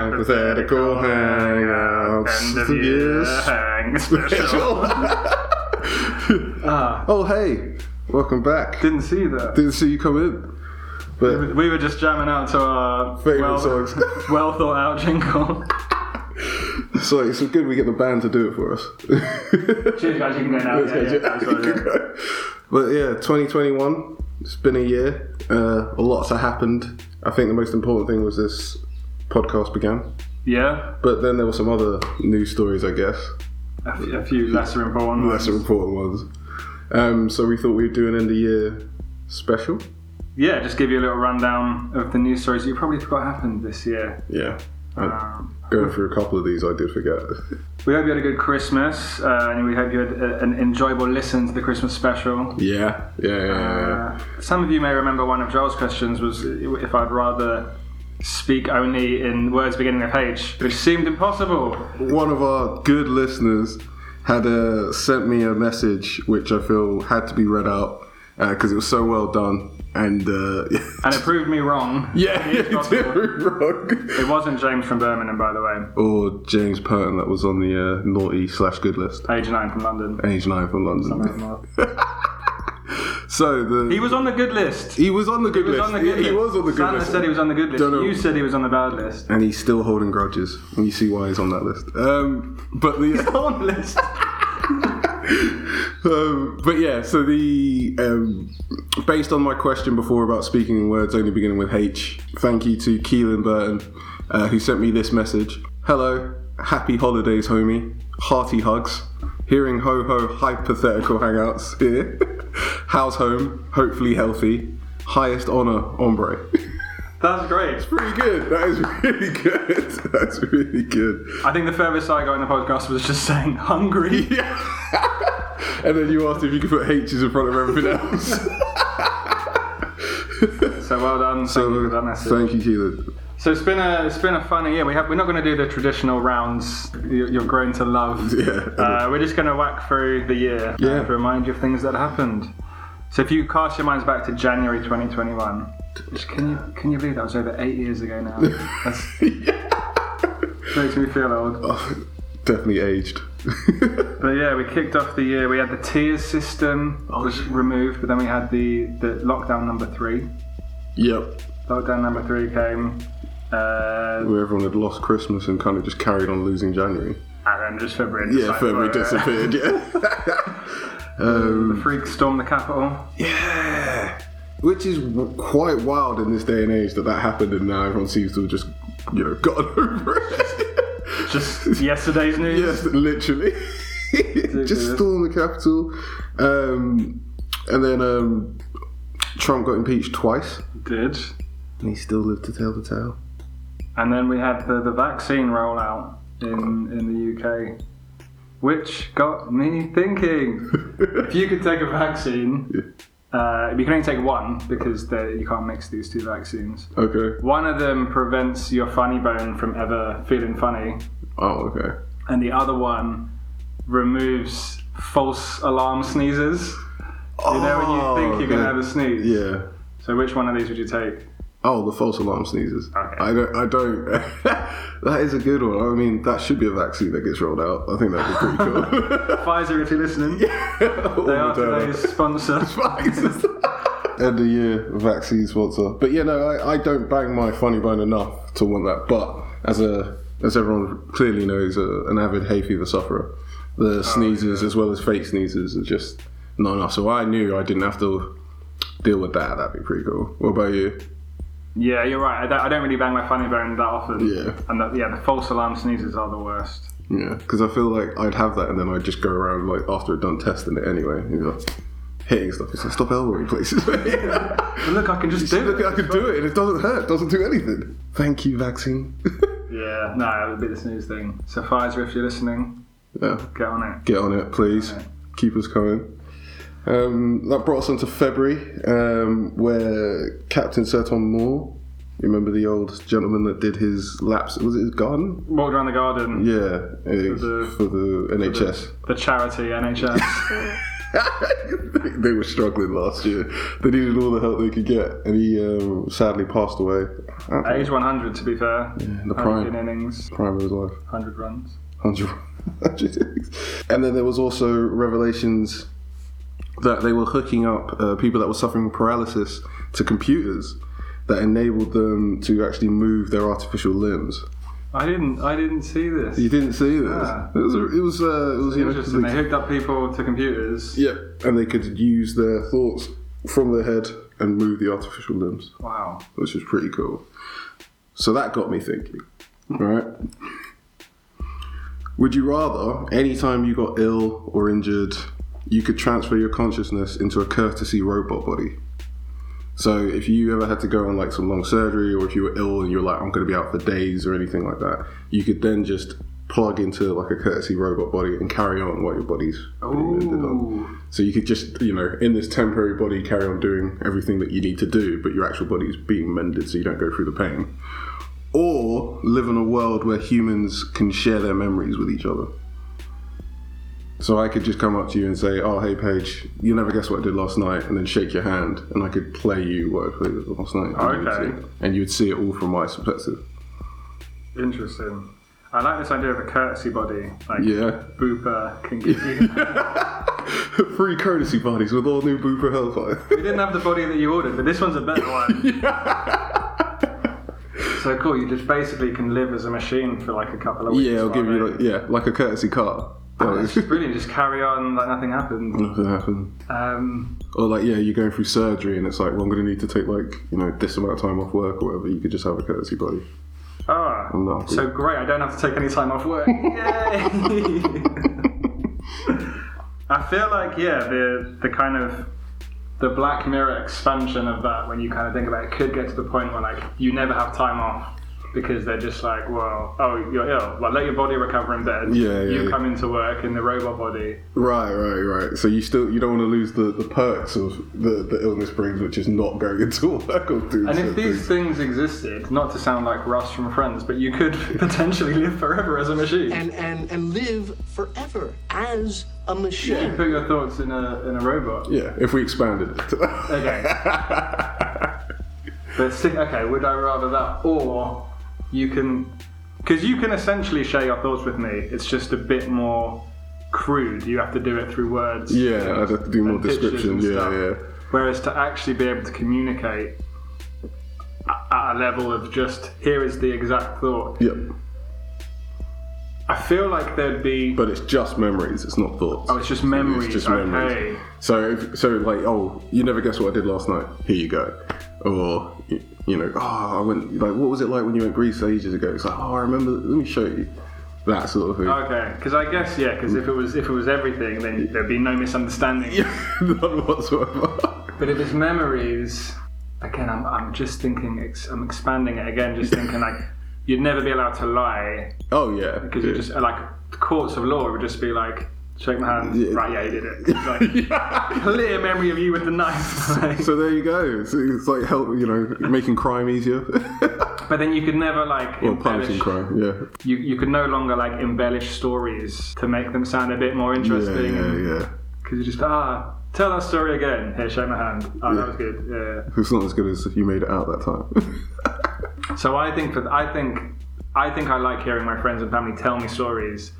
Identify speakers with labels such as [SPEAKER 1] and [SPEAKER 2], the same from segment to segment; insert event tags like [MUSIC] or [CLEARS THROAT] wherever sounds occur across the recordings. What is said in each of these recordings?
[SPEAKER 1] Oh,
[SPEAKER 2] was at a cool hangout.
[SPEAKER 1] End of year hang
[SPEAKER 2] Special.
[SPEAKER 1] special. Ah,
[SPEAKER 2] oh, hey. Welcome back.
[SPEAKER 1] didn't see that.
[SPEAKER 2] Didn't see you come in. But
[SPEAKER 1] we were just jamming out to our
[SPEAKER 2] Favorite
[SPEAKER 1] well, [LAUGHS]
[SPEAKER 2] songs.
[SPEAKER 1] well thought out jingle.
[SPEAKER 2] so it's good we get the band to do it for us. [LAUGHS]
[SPEAKER 1] Cheers, guys. You can go now. Yeah, yeah, that's what I did.
[SPEAKER 2] but yeah, 2021. It's been a year. Uh, a lot's happened. I think the most important thing was this podcast began.
[SPEAKER 1] yeah,
[SPEAKER 2] But then there were some other news stories, I guess.
[SPEAKER 1] a, f- a few lesser important ones.
[SPEAKER 2] Lesser important ones. Um, so we thought we'd do an end of year special.
[SPEAKER 1] Yeah, just give you a little rundown of the news stories you probably forgot happened this year.
[SPEAKER 2] Yeah.
[SPEAKER 1] Um,
[SPEAKER 2] Going through a couple of these, I did forget.
[SPEAKER 1] we hope you had a good Christmas, uh, and we hope you had a, an enjoyable listen to the Christmas special.
[SPEAKER 2] Yeah, [LAUGHS] yeah, yeah. yeah,
[SPEAKER 1] Uh, some of you may remember one of Joel's questions was if I'd rather speak only in words beginning with H, which seemed impossible.
[SPEAKER 2] yeah. One of our good listeners had uh, sent me a message which I feel had to be read out because it was so well done. And uh, [LAUGHS]
[SPEAKER 1] And it proved me wrong.
[SPEAKER 2] yeah,
[SPEAKER 1] It is
[SPEAKER 2] [LAUGHS] you did
[SPEAKER 1] possible.
[SPEAKER 2] it wrong.
[SPEAKER 1] It wasn't James from Birmingham, by the way.
[SPEAKER 2] Or James Purton that was on the uh, naughty slash good list.
[SPEAKER 1] Age 9 from London.
[SPEAKER 2] Age nine from London. So the
[SPEAKER 1] He was on the good list.
[SPEAKER 2] He was on the good
[SPEAKER 1] He was
[SPEAKER 2] list.
[SPEAKER 1] on the good
[SPEAKER 2] he,
[SPEAKER 1] list.
[SPEAKER 2] he was on the good
[SPEAKER 1] Santa
[SPEAKER 2] list.
[SPEAKER 1] said he was on the good list.
[SPEAKER 2] Don't know.
[SPEAKER 1] You said he was on the bad list.
[SPEAKER 2] and he's still holding grudges. And you see why he's on that list. Um,
[SPEAKER 1] [LAUGHS]
[SPEAKER 2] but the
[SPEAKER 1] On list.
[SPEAKER 2] um, but yeah, so the um, based on my question before about speaking in words only beginning with H. Thank you to Keelan Burton uh, who sent me this message. Hello, happy holidays, homie. Hearty hugs. Hearing ho ho hypothetical hangouts here. [LAUGHS] How's home? Hopefully healthy. Highest honor, ombre.
[SPEAKER 1] That's great.
[SPEAKER 2] [LAUGHS] pretty good. That is really good. [LAUGHS] That's really good.
[SPEAKER 1] I think the furthest I got in the podcast was just saying
[SPEAKER 2] [LAUGHS]
[SPEAKER 1] hungry.
[SPEAKER 2] Yeah. and then you asked if you could put H's in front of everything
[SPEAKER 1] [LAUGHS]
[SPEAKER 2] else. [LAUGHS]
[SPEAKER 1] So well done. Thank you for that message.
[SPEAKER 2] thank you, Keelan.
[SPEAKER 1] So it's been a it's been a funny year. We have we're not going to do the traditional rounds you, you're grown to love.
[SPEAKER 2] [LAUGHS] Yeah.
[SPEAKER 1] Uh, we're just going to whack through the year
[SPEAKER 2] Yeah.
[SPEAKER 1] and remind you of things that happened. So if you cast your minds back to January 2021, which can you can you believe that was over eight years ago
[SPEAKER 2] [LAUGHS]
[SPEAKER 1] now? That's, makes me feel old.
[SPEAKER 2] Oh, Definitely aged. [LAUGHS]
[SPEAKER 1] But yeah, we kicked off the year. We had the tiers system
[SPEAKER 2] Oh,
[SPEAKER 1] was removed, but then we had the the lockdown number three.
[SPEAKER 2] yep.
[SPEAKER 1] Lockdown number three came. Uh,
[SPEAKER 2] Where everyone had lost Christmas and kind of just carried on losing January.
[SPEAKER 1] and then just February.
[SPEAKER 2] Yeah,
[SPEAKER 1] decided-
[SPEAKER 2] February disappeared.
[SPEAKER 1] [LAUGHS]
[SPEAKER 2] Yeah. um,
[SPEAKER 1] Freaks stormed the capital.
[SPEAKER 2] yeah. Which is w- quite wild in this day and age that that happened, and now everyone seems to have just, you know, gotten [LAUGHS] over it. [LAUGHS]
[SPEAKER 1] Just yesterday's news.
[SPEAKER 2] Yes, literally. [LAUGHS] Just storm the capital, um, and then um, Trump got impeached twice,
[SPEAKER 1] Did.
[SPEAKER 2] and he still lived to tell the tale.
[SPEAKER 1] And then we had the, the vaccine rollout in, in the UK, which got me thinking. [LAUGHS] if you could take a vaccine, uh, you can only take one because they- you can't mix these two vaccines.
[SPEAKER 2] Okay.
[SPEAKER 1] One of them prevents your funny bone from ever feeling funny,
[SPEAKER 2] Oh, okay.
[SPEAKER 1] and the other one removes false alarm sneezes. You know, when you think you're going to have a sneeze.
[SPEAKER 2] Oh, Yeah.
[SPEAKER 1] So, which one of these would you take?
[SPEAKER 2] Oh, the false alarm sneezes.
[SPEAKER 1] Okay.
[SPEAKER 2] I don't. I don't. [LAUGHS] that is a good one. I mean, that should be a vaccine that gets rolled out. I think that'd be pretty cool.
[SPEAKER 1] Pfizer, if you're listening.
[SPEAKER 2] [LAUGHS] All
[SPEAKER 1] [LAUGHS] They are
[SPEAKER 2] the time.
[SPEAKER 1] today's sponsor.
[SPEAKER 2] [LAUGHS] End of year vaccine sponsor. But yeah, no, I, I don't bang my funny bone enough to want that. But as a as everyone clearly knows, a, an avid hay fever sufferer,
[SPEAKER 1] Oh,
[SPEAKER 2] the sneezes as well as fake sneezes are just not enough. So I knew I didn't have to deal with that. That'd be pretty cool. What about you?
[SPEAKER 1] Yeah, you're right. I don't, I don't really bang my funny bone that often.
[SPEAKER 2] Yeah.
[SPEAKER 1] And the, yeah, the false alarm sneezes are the worst.
[SPEAKER 2] [LAUGHS] Yeah, because I feel like I'd have that and then I'd just go around like after I'd done testing it anyway, and you're like, hitting stuff. It's like stop elbowing [LAUGHS] places.
[SPEAKER 1] But look, I can just
[SPEAKER 2] See,
[SPEAKER 1] do
[SPEAKER 2] look,
[SPEAKER 1] it.
[SPEAKER 2] I can do it, and it doesn't hurt. Doesn't do anything. Thank you, vaccine.
[SPEAKER 1] Yeah, no, it would be the snooze thing. So Pfizer, if you're listening,
[SPEAKER 2] [LAUGHS] yeah,
[SPEAKER 1] get on it.
[SPEAKER 2] get on it, please. Keep us coming. Um, that brought us on to February, um, where Captain Serton Moore, you remember the old gentleman that did his laps? Was it his garden?
[SPEAKER 1] Walked around the garden.
[SPEAKER 2] Yeah, it- for the,
[SPEAKER 1] the-
[SPEAKER 2] NHS.
[SPEAKER 1] The charity NHS.
[SPEAKER 2] [LAUGHS] they were struggling last year. They needed all the help they could get, and he um, sadly passed away.
[SPEAKER 1] At age 100, to be fair.
[SPEAKER 2] the
[SPEAKER 1] 100
[SPEAKER 2] prime.
[SPEAKER 1] innings,
[SPEAKER 2] Prime of his life.
[SPEAKER 1] 100 runs.
[SPEAKER 2] 100 [LAUGHS] and then there was also revelations that they were hooking up uh, people that were suffering paralysis to computers that enabled them to actually move their artificial limbs.
[SPEAKER 1] I didn't. I didn't see this.
[SPEAKER 2] You didn't see this.
[SPEAKER 1] Ah.
[SPEAKER 2] It was. a- It was. Uh, it was you know,
[SPEAKER 1] Interesting. They
[SPEAKER 2] they-
[SPEAKER 1] hooked up people to computers.
[SPEAKER 2] yeah, and they could use their thoughts from their head and move the artificial limbs,
[SPEAKER 1] Wow.
[SPEAKER 2] which was pretty cool. So that got me thinking. Right? Would you rather, anytime you got ill or injured, you could transfer your consciousness into a courtesy robot body? So if you ever had to go on like some long surgery, or if you were ill and you were like, I'm going to be out for days or anything like that, you could then just plug into like a courtesy robot body and carry on what your body's ended on.
[SPEAKER 1] Ooh.
[SPEAKER 2] So you could just, you know, in this temporary body, carry on doing everything that you need to do, but your actual body is being mended so you don't go through the pain. Or live in a world where humans can share their memories with each other. So I could just come up to you and say, "Oh, hey, Paige, you'll never guess what I did last night," and then shake your hand, and I could play you what I played last night, and, you would
[SPEAKER 1] Okay.
[SPEAKER 2] see it. and you'd see it all from my perspective.
[SPEAKER 1] Interesting. I like this idea of a courtesy body. Like
[SPEAKER 2] Yeah, [LAUGHS]
[SPEAKER 1] Booper can give you.
[SPEAKER 2] free courtesy parties with all new Booper Hellfire.
[SPEAKER 1] we didn't have the body that you ordered, but this one's a better one. So cool. You just basically can live as a machine for like a couple of weeks.
[SPEAKER 2] [LAUGHS] yeah, I'll
[SPEAKER 1] while
[SPEAKER 2] give
[SPEAKER 1] they-
[SPEAKER 2] you like yeah, like a courtesy car.
[SPEAKER 1] It's just brilliant. Just carry on like nothing happened.
[SPEAKER 2] Nothing happened.
[SPEAKER 1] Um,
[SPEAKER 2] Or like, yeah, you're going through surgery and it's like, well, I'm going to need to take like, you know, this amount of time off work or whatever. You could just have a courtesy body.
[SPEAKER 1] ah,
[SPEAKER 2] not-
[SPEAKER 1] so great. I don't have to take any time off
[SPEAKER 2] [LAUGHS]
[SPEAKER 1] work. Yay! [LAUGHS] I feel like yeah, the the kind of the Black Mirror expansion of that when you kind of think about it could get to the point where like you never have time off because they're just like, well, oh, you're ill. Well, let your body recover in bed.
[SPEAKER 2] Yeah, yeah,
[SPEAKER 1] You
[SPEAKER 2] yeah.
[SPEAKER 1] come into work in the robot body.
[SPEAKER 2] [LAUGHS] Right, right, right. So you still you don't want to lose the, the perks of the, the illness brings, which is not going into [LAUGHS] work or doing
[SPEAKER 1] And
[SPEAKER 2] certain
[SPEAKER 1] if these
[SPEAKER 2] things.
[SPEAKER 1] things existed, not to sound like Russ from Friends, but you could [LAUGHS] potentially live forever as a machine.
[SPEAKER 3] and, and, and live forever as a machine.
[SPEAKER 1] You [LAUGHS] put your thoughts in a in a robot.
[SPEAKER 2] Yeah, if we expanded it. [LAUGHS]
[SPEAKER 1] Okay. but see, okay, would I rather that or you can? Because you can essentially share your thoughts with me. It's just a bit more crude. You have to do it through words.
[SPEAKER 2] yeah, I'd have to do more
[SPEAKER 1] And pictures
[SPEAKER 2] description.
[SPEAKER 1] and
[SPEAKER 2] Yeah,
[SPEAKER 1] stuff.
[SPEAKER 2] yeah.
[SPEAKER 1] Whereas to actually be able to communicate a- at a level of just here is the exact thought.
[SPEAKER 2] Yep.
[SPEAKER 1] I feel like there'd be.
[SPEAKER 2] But it's just memories, it's not thoughts.
[SPEAKER 1] Oh, it's just memories. okay.
[SPEAKER 2] So, if, so like, oh, you never guess what I did last night. Here you go. Or, y- you know, oh, I went, like, what was it like when you went Greece ages ago? It's like, oh, I remember, let me show you. That sort of thing. [LAUGHS]
[SPEAKER 1] Okay, because I guess yeah, because if it was if it was everything, then there'd be no misunderstanding.
[SPEAKER 2] None whatsoever.
[SPEAKER 1] [LAUGHS] But if it's memories, again, I'm, I'm just thinking, ex- I'm expanding it again, just thinking like you'd never be allowed to lie
[SPEAKER 2] Oh, yeah.
[SPEAKER 1] because
[SPEAKER 2] yeah.
[SPEAKER 1] you just like courts of law would just be like shake my hand,
[SPEAKER 2] Yeah.
[SPEAKER 1] right? Yeah, you did it. [LAUGHS] It's
[SPEAKER 2] [LAUGHS]
[SPEAKER 1] like, clear memory of you with the knife. [LAUGHS] Like,
[SPEAKER 2] So there you go. It's, it's like help, you know, making crime easier. [LAUGHS]
[SPEAKER 1] but then you could never like
[SPEAKER 2] or punishing
[SPEAKER 1] embellish.
[SPEAKER 2] crime, yeah.
[SPEAKER 1] You you could no longer like embellish stories to make them sound a bit more
[SPEAKER 2] Yeah,
[SPEAKER 1] interesting.
[SPEAKER 2] yeah, yeah.
[SPEAKER 1] Because you just ah, tell that story again. Here, shake my hand. Oh, that was good. Yeah.
[SPEAKER 2] It's not as good as if you made it out that time. [LAUGHS]
[SPEAKER 1] So I think for I think I think I like hearing my friends and family tell me stories.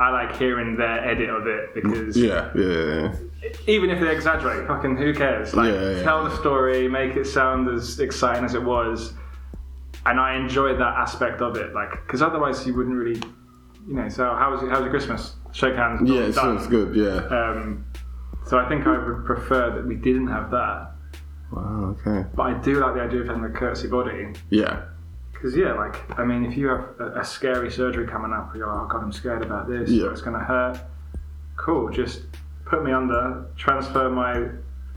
[SPEAKER 1] I like hearing their edit of it because
[SPEAKER 2] yeah, yeah, yeah.
[SPEAKER 1] even if they exaggerate, fucking who cares? Like,
[SPEAKER 2] Yeah, yeah,
[SPEAKER 1] tell the story, make it sound as exciting as it was, and I enjoy that aspect of it. Like, because otherwise you wouldn't really, you know. So how was it, how was your Christmas? Shake hands.
[SPEAKER 2] Yeah,
[SPEAKER 1] done.
[SPEAKER 2] it sounds good, yeah.
[SPEAKER 1] Um, so I think I would prefer that we didn't have that.
[SPEAKER 2] Wow, okay.
[SPEAKER 1] But I do like the idea of having a courtesy body.
[SPEAKER 2] Yeah. [LAUGHS]
[SPEAKER 1] Because, yeah, like, I mean, if you have a, a scary surgery coming up, you're like, oh, God, I'm scared about this,
[SPEAKER 2] Yeah.
[SPEAKER 1] it's going to hurt. Cool, just put me under, transfer my.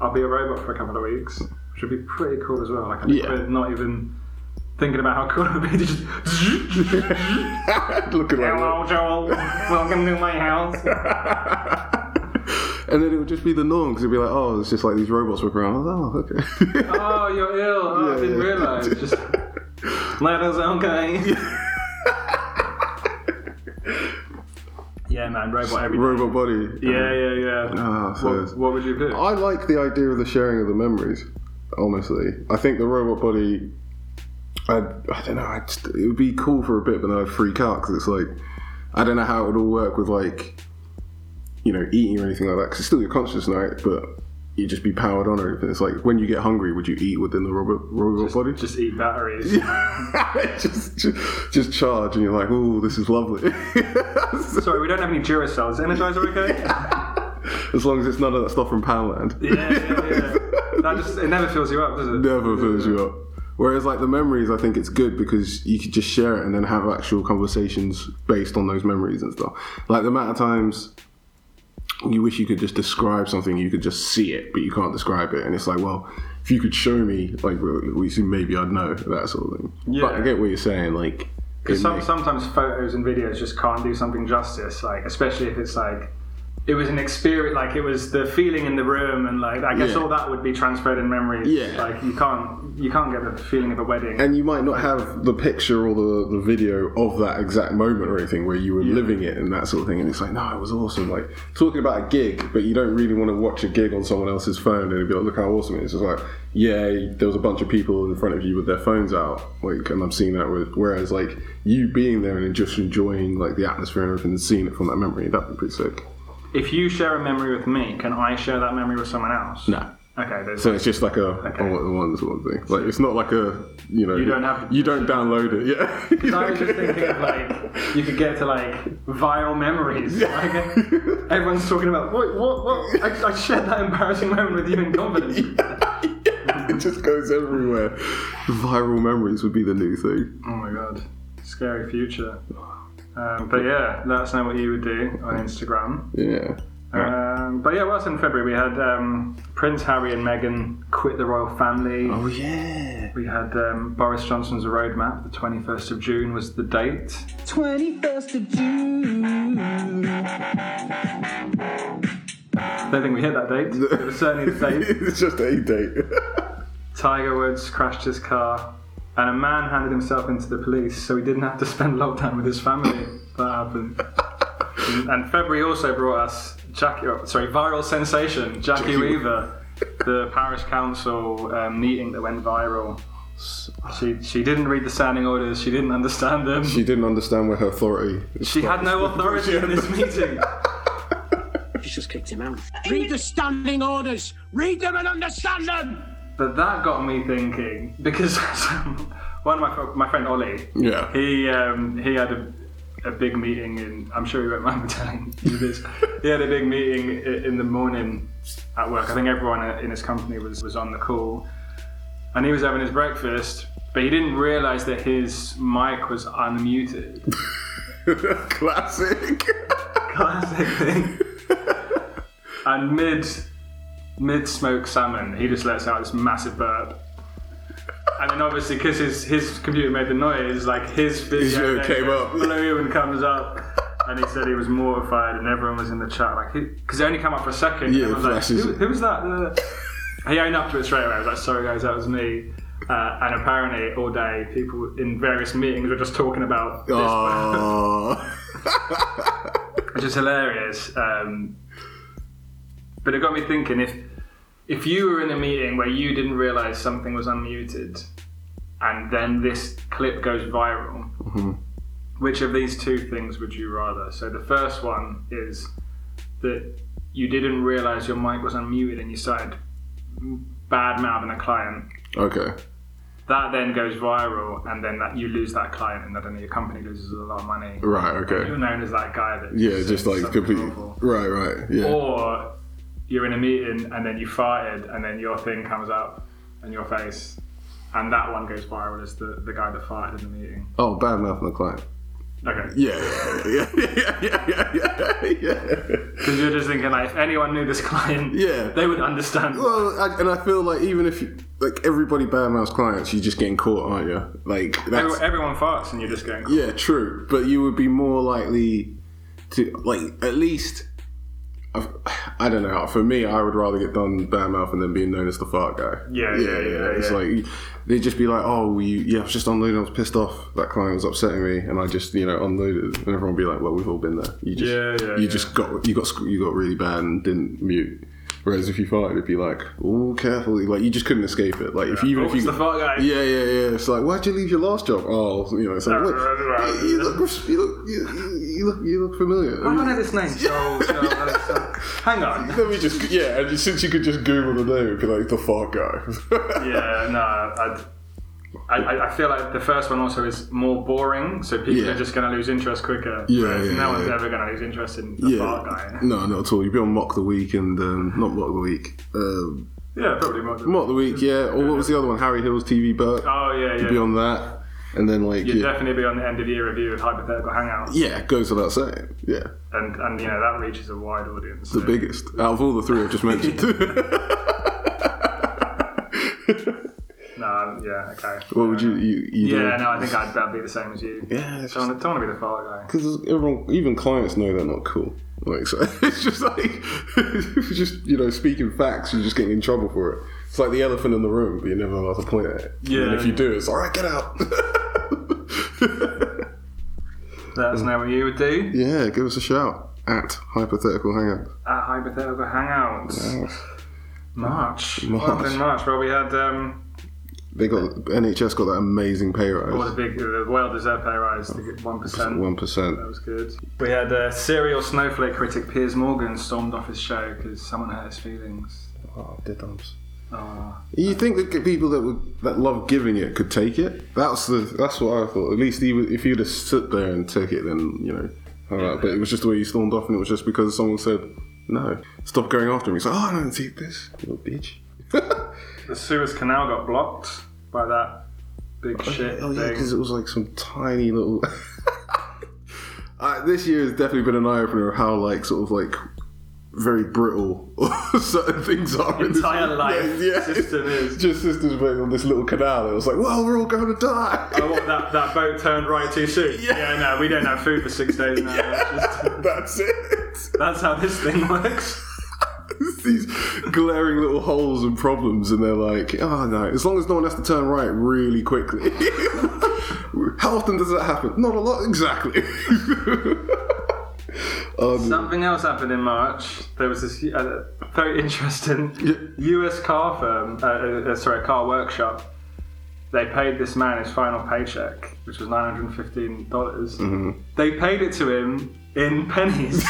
[SPEAKER 1] I'll be a robot for a couple of weeks, which would be pretty cool as well. Like, I'm
[SPEAKER 2] Yeah.
[SPEAKER 1] quit not even thinking about how cool it would be to just. [LAUGHS]
[SPEAKER 2] Looking like
[SPEAKER 1] Hello, Joel, welcome to my house.
[SPEAKER 2] [LAUGHS] and then it would just be the norm because it'd be like, oh, it's just like these robots walk around. Oh, okay.
[SPEAKER 1] Oh, you're ill. Oh, I
[SPEAKER 2] Yeah,
[SPEAKER 1] didn't
[SPEAKER 2] yeah. [LAUGHS]
[SPEAKER 1] realize. Just let us okay. yeah, Man, robot every day.
[SPEAKER 2] Robot body.
[SPEAKER 1] Yeah, yeah, yeah.
[SPEAKER 2] Ah, fizz.
[SPEAKER 1] what, what would you do?
[SPEAKER 2] I like the idea of the sharing of the memories. Honestly, I think the robot body. I I don't know. I just, it would be cool for a bit, but then I'd freak out because it's like I don't know how it would all work with like you know eating or anything like that. Because it's still your conscious right? but you'd just be powered on everything. It's like when you get hungry, would you eat within the robot robot body?
[SPEAKER 1] Just eat batteries.
[SPEAKER 2] [LAUGHS] just, just just charge, and you're like, oh, this is lovely.
[SPEAKER 1] [LAUGHS]
[SPEAKER 2] [LAUGHS]
[SPEAKER 1] Sorry, we don't have any Duracell. Is Energizer okay? yeah,
[SPEAKER 2] as long as it's none of that stuff from Poundland.
[SPEAKER 1] yeah, yeah. That just, it never fills you up, does it?
[SPEAKER 2] never fills you up. Whereas like the memories, I think it's good because you could just share it and then have actual conversations based on those memories and stuff. Like the amount of times you wish you could just describe something, you could just see it, but you can't describe it, and it's like, well, if you could show me, like, we see, maybe I'd know that sort of thing. But I
[SPEAKER 1] Yeah.
[SPEAKER 2] get what you're saying, like. it
[SPEAKER 1] Some,
[SPEAKER 2] may-
[SPEAKER 1] sometimes photos and videos just can't do something justice, like especially if it's like it was an experience, like it was the feeling in the room, and like I guess
[SPEAKER 2] Yeah.
[SPEAKER 1] all that would be transferred in memories.
[SPEAKER 2] Yeah.
[SPEAKER 1] like you can't you can't get the feeling of a wedding.
[SPEAKER 2] and you might not have the picture or the, the video of that exact moment or anything where you were living it and that sort of thing and it's like no it was awesome like talking about a gig but you don't really want to watch a gig on someone else's phone and it'd be like look how awesome it is it's like yeah there was a bunch of people in front of you with their phones out like and I'm seeing that with whereas like you being there and just enjoying like the atmosphere and everything and seeing it from that memory that'd be pretty sick
[SPEAKER 1] if you share a memory with me, can I share that memory with someone else?
[SPEAKER 2] no
[SPEAKER 1] Okay, there's,
[SPEAKER 2] so it's just like a oh, all at once sort of thing like it's not like a you know you
[SPEAKER 1] don't have-
[SPEAKER 2] you don't download it yeah You
[SPEAKER 1] I was
[SPEAKER 2] don't-
[SPEAKER 1] just thinking of like you could
[SPEAKER 2] [LAUGHS]
[SPEAKER 1] get to like vile memories. Like, everyone's talking about what what what I, I shared that embarrassing moment with you in
[SPEAKER 2] [LAUGHS]
[SPEAKER 1] confidence.
[SPEAKER 2] it just goes everywhere. Viral memories would be the new thing.
[SPEAKER 1] [LAUGHS] Oh my god, scary future. Um, but yeah, let us know what you would do on Instagram.
[SPEAKER 2] Yeah.
[SPEAKER 1] Um, but yeah, what else in February? We had um, Prince Harry and Meghan quit the royal family.
[SPEAKER 2] Oh [LAUGHS] yeah.
[SPEAKER 1] We had um, Boris Johnson's roadmap. The 21st of June was the date.
[SPEAKER 4] 21st of June.
[SPEAKER 1] I don't think we hit that date. It was certainly the date.
[SPEAKER 2] [LAUGHS] it's just a
[SPEAKER 1] [LAUGHS]
[SPEAKER 2] date.
[SPEAKER 1] Tiger Woods crashed his car, and a man handed himself into the police, so he didn't have to [LAUGHS] spend lockdown with his family. That happened. And- And February also brought us Jackie, oh, sorry, viral sensation Jackie,
[SPEAKER 2] Jackie
[SPEAKER 1] Weaver, the parish council um, meeting that went viral. She she didn't read the standing orders. She didn't understand them.
[SPEAKER 2] she didn't understand where her authority.
[SPEAKER 1] She had no authority in this
[SPEAKER 4] [LAUGHS]
[SPEAKER 1] meeting.
[SPEAKER 3] She just kicked him out.
[SPEAKER 4] Read the standing orders. Read them and understand them.
[SPEAKER 1] But that got me thinking because [LAUGHS] um, one of my fr- my friend Ollie,
[SPEAKER 2] Yeah. [LAUGHS]
[SPEAKER 1] He um, he had a, a big meeting in. I'm sure he won't [LAUGHS] mind me telling you this. he had a big meeting i- in the morning at work. I think everyone in his company was was on the call, and he was having his breakfast. But he didn't realise that his mic was unmuted.
[SPEAKER 2] Classic.
[SPEAKER 1] Classic thing.
[SPEAKER 2] [LAUGHS]
[SPEAKER 1] And mid mid smoked salmon, he just lets out this massive burp. And then obviously, because his, his computer made the noise, like his video
[SPEAKER 2] video
[SPEAKER 1] then
[SPEAKER 2] came
[SPEAKER 1] goes
[SPEAKER 2] up.
[SPEAKER 1] blue and comes up. And he said he was mortified, and everyone was in the chat like, because it only came up for a second.
[SPEAKER 2] Yeah,
[SPEAKER 1] and everyone was like,
[SPEAKER 2] flashes
[SPEAKER 1] who,
[SPEAKER 2] it.
[SPEAKER 1] who was that? Uh, He owned up to it straight away. I was like, sorry guys, that was me. Uh, and apparently, all day, people in various meetings were just talking
[SPEAKER 2] Oh,
[SPEAKER 1] about this
[SPEAKER 2] Aww.
[SPEAKER 1] which is hilarious. Um, but it got me thinking if if you were in a meeting where you didn't realize something was unmuted, and then this clip goes viral,
[SPEAKER 2] Mm-hmm.
[SPEAKER 1] which of these two things would you rather? So the first one is that you didn't realize your mic was unmuted and you started bad mouthing a client.
[SPEAKER 2] [LAUGHS] okay.
[SPEAKER 1] That then goes viral, and then that you lose that client, and I don't know your company loses a lot of money.
[SPEAKER 2] Right.
[SPEAKER 1] You're
[SPEAKER 2] Okay.
[SPEAKER 1] known as that guy that
[SPEAKER 2] Yeah.
[SPEAKER 1] said
[SPEAKER 2] Just like
[SPEAKER 1] something Oh.
[SPEAKER 2] completely.
[SPEAKER 1] awful.
[SPEAKER 2] Right. Right. Yeah.
[SPEAKER 1] Or you're in a meeting and then you farted and then your thing comes up and your face and that one goes viral as the, the guy that farted in the meeting.
[SPEAKER 2] oh, bad mouth on the client.
[SPEAKER 1] Okay.
[SPEAKER 2] Yeah. Yeah. Yeah. Yeah. Yeah. Yeah. yeah.
[SPEAKER 1] Because you're just thinking like if anyone knew this [LAUGHS] client,
[SPEAKER 2] Yeah.
[SPEAKER 1] they would understand.
[SPEAKER 2] Well, I, and I feel like even if you, like everybody badmouths clients, you're just getting caught, aren't you? Like that's
[SPEAKER 1] Every- Everyone farts and you're just going.
[SPEAKER 2] Yeah, true. But you would be more likely to like at least I've, I don't know. For me, I would rather get done bad mouth and then being known as the fart guy.
[SPEAKER 1] Yeah, yeah, yeah,
[SPEAKER 2] It's
[SPEAKER 1] yeah.
[SPEAKER 2] like they'd just be like, "Oh, you, yeah, I was just unloading. I was pissed off. That client was upsetting me, and I just, you know, unloaded." And everyone would be like, "Well, we've all been there. You just,
[SPEAKER 1] Yeah, yeah,
[SPEAKER 2] you
[SPEAKER 1] yeah.
[SPEAKER 2] just got, you got, sc- you got really bad and didn't mute." Whereas if you farted, it'd be like, "Oh, careful!" Like you just couldn't escape it. Like if even
[SPEAKER 1] Oh,
[SPEAKER 2] if you,
[SPEAKER 1] it's the fart guy.
[SPEAKER 2] yeah, yeah, yeah. It's like, why'd you leave your last job? Oh, you know, it's like, what? you, you look, you look, you, you look, you look familiar.
[SPEAKER 1] I don't know this name. So, so, so- hang
[SPEAKER 2] [LAUGHS]
[SPEAKER 1] on.
[SPEAKER 2] Let me just yeah, and since you could just Google the name, it'd be like the fart guy.
[SPEAKER 1] Yeah, no, I'd, I, I- I feel like the first one also is more boring, so people
[SPEAKER 2] Yeah.
[SPEAKER 1] are just going to lose interest quicker.
[SPEAKER 2] Yeah,
[SPEAKER 1] whereas
[SPEAKER 2] yeah,
[SPEAKER 1] no one's
[SPEAKER 2] yeah.
[SPEAKER 1] ever going to lose interest in the
[SPEAKER 2] yeah.
[SPEAKER 1] fart guy.
[SPEAKER 2] No, not at all. You'd be on Mock the Week and um, not Mock the Week. Um,
[SPEAKER 1] Yeah, probably more. Than,
[SPEAKER 2] Mock the Week, yeah. Or what was the other one? Harry Hill's TV Burke.
[SPEAKER 1] oh yeah, yeah.
[SPEAKER 2] You'd be on that, and then like
[SPEAKER 1] You'd
[SPEAKER 2] yeah,
[SPEAKER 1] definitely be on the end of year review with hypothetical hangouts,
[SPEAKER 2] yeah, goes without saying. Yeah,
[SPEAKER 1] and and you know that reaches a wide audience.
[SPEAKER 2] the biggest out of all the three I've
[SPEAKER 1] [LAUGHS]
[SPEAKER 2] just mentioned. [LAUGHS]
[SPEAKER 1] No, um, yeah, okay.
[SPEAKER 2] what would you you, you
[SPEAKER 1] Yeah,
[SPEAKER 2] do?
[SPEAKER 1] no, I think I'd, I'd be the same as you.
[SPEAKER 2] Yeah, it's
[SPEAKER 1] I don't want to be the fart guy.
[SPEAKER 2] Because everyone, even clients know they're not cool. Like, so [LAUGHS] it's just like, [LAUGHS] if you're just, you know, speaking facts, you're just getting in trouble for it. It's like the elephant in the room, but you're never allowed to point at it. And
[SPEAKER 1] Yeah,
[SPEAKER 2] if you
[SPEAKER 1] yeah.
[SPEAKER 2] do, it's all right, get out. [LAUGHS]
[SPEAKER 1] Let us know what you would do
[SPEAKER 2] yeah, give us a shout at hypothetical hangout.
[SPEAKER 1] at hypothetical hangouts. March. What
[SPEAKER 2] March.
[SPEAKER 1] happened in March? Well, we had um,
[SPEAKER 2] They got, NHS got that amazing pay
[SPEAKER 1] what a
[SPEAKER 2] rise.
[SPEAKER 1] big, the well deserved pay rise, the good one percent.
[SPEAKER 2] 1%.
[SPEAKER 1] That was good. We had uh, serial snowflake critic Piers Morgan stormed off his show because someone hurt his feelings.
[SPEAKER 2] Oh, dead arms.
[SPEAKER 1] Oh,
[SPEAKER 2] You think that the people that would, that love giving it could take it? That's the that's what I thought. At least he would, if you'd have stood there and took it, then you know. All right, but it was just the way he stormed off, and it was just because someone said no. Stop going after him. He's like, oh, I don't take this, you little bitch. [LAUGHS]
[SPEAKER 1] the Suez Canal got blocked by that big shit
[SPEAKER 2] Oh yeah,
[SPEAKER 1] thing.
[SPEAKER 2] because it was like some tiny little. [LAUGHS] uh, this year has definitely been an eye opener of how like sort of like very brittle [LAUGHS] certain things are. in this-
[SPEAKER 1] Entire
[SPEAKER 2] [LAUGHS]
[SPEAKER 1] life
[SPEAKER 2] yeah, yeah.
[SPEAKER 1] system is.
[SPEAKER 2] just systems based on this little canal. It was like, well, we're all going to die.
[SPEAKER 1] Oh, what, that, that boat turned right too soon.
[SPEAKER 2] [LAUGHS] Yeah.
[SPEAKER 1] Yeah, no, we don't have food for six days
[SPEAKER 2] [LAUGHS]
[SPEAKER 1] now. It's just-
[SPEAKER 2] That's it.
[SPEAKER 1] that's how this thing works.
[SPEAKER 2] [LAUGHS] It's These glaring little holes and problems, and they're like, oh no, as long as no one has to turn right really quickly. [LAUGHS] How often does that happen? Not a lot, exactly. [LAUGHS] um,
[SPEAKER 1] Something else happened in March. There was this uh, very [LAUGHS] interesting U.S. car firm, uh, uh, sorry, car workshop. They paid this man his final paycheck, which was nine hundred and fifteen dollars. They paid it to him in [LAUGHS] pennies.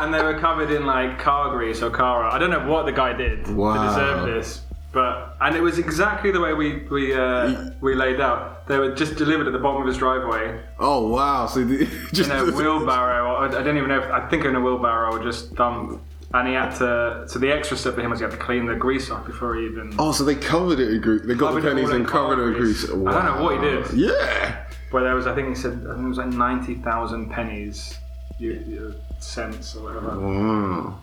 [SPEAKER 1] And they were covered in like car grease or car. oil. I don't know what the guy did
[SPEAKER 2] Wow.
[SPEAKER 1] to deserve this, but and it was exactly the way we we uh, we laid out. They were just delivered at the bottom of his driveway,
[SPEAKER 2] oh wow, so the, [LAUGHS] just
[SPEAKER 1] in a wheelbarrow. or- I don't even know. If, I think in a wheelbarrow or just dump. And he had to. So the extra step for him was he had to clean the grease off before he even.
[SPEAKER 2] Oh, so they covered it in grease. They got
[SPEAKER 1] Covered
[SPEAKER 2] the
[SPEAKER 1] it
[SPEAKER 2] pennies
[SPEAKER 1] all in
[SPEAKER 2] and covered it in
[SPEAKER 1] car grease.
[SPEAKER 2] grease.
[SPEAKER 1] I don't know what he
[SPEAKER 2] Wow.
[SPEAKER 1] did.
[SPEAKER 2] Yeah.
[SPEAKER 1] Where there was, I think he said, I think it was like ninety thousand pennies, you, you, cents or
[SPEAKER 2] Oh.
[SPEAKER 1] whatever.
[SPEAKER 2] Wow.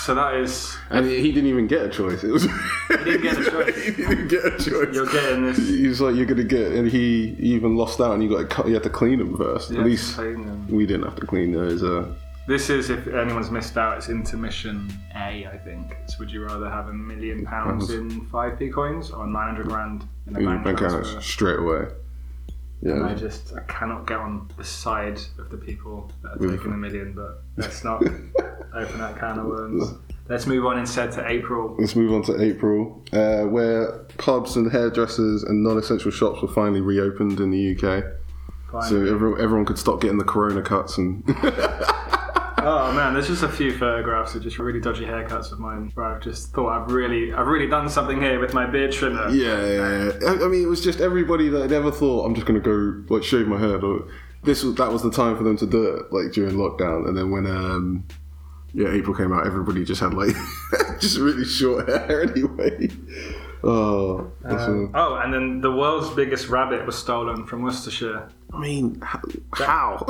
[SPEAKER 1] So that is.
[SPEAKER 2] And he didn't even get a choice. It was he
[SPEAKER 1] didn't get a choice.
[SPEAKER 2] [LAUGHS] he didn't get a choice.
[SPEAKER 1] You're getting this.
[SPEAKER 2] He was like, "You're gonna get," and he even lost out, and you got to cut, you had to clean them first.
[SPEAKER 1] you
[SPEAKER 2] At
[SPEAKER 1] have to
[SPEAKER 2] least
[SPEAKER 1] clean them.
[SPEAKER 2] we didn't have to clean those. Uh,
[SPEAKER 1] This is, if anyone's missed out, it's intermission A, I think. It's would you rather have a million pounds in 5p coins or 900 grand in a
[SPEAKER 2] in your
[SPEAKER 1] bank,
[SPEAKER 2] bank accounts
[SPEAKER 1] transfer?
[SPEAKER 2] straight away.
[SPEAKER 1] And I
[SPEAKER 2] Yeah,
[SPEAKER 1] just, I cannot get on the side of the people that are taking the million,
[SPEAKER 2] [LAUGHS]
[SPEAKER 1] but let's not open that can of worms. Let's move on instead to April.
[SPEAKER 2] let's move on to April, uh, where pubs and hairdressers and non-essential shops were finally reopened in the UK. So
[SPEAKER 1] Finally.
[SPEAKER 2] everyone, everyone could stop getting the corona cuts and [LAUGHS]
[SPEAKER 1] Oh man, there's just a few photographs of just really dodgy haircuts of mine where I've just thought I've really, I've really done something here with my beard trimmer.
[SPEAKER 2] Yeah, yeah, yeah. I, I mean, it was just everybody that had ever thought, I'm just going to go like shave my head. Or this was that was the time for them to do it, like during lockdown. And then when um, yeah, April came out, everybody just had like [LAUGHS] just really short hair anyway. Oh, that's a-
[SPEAKER 1] Oh, and then the world's biggest rabbit was stolen from Worcestershire.
[SPEAKER 2] I mean, how? how?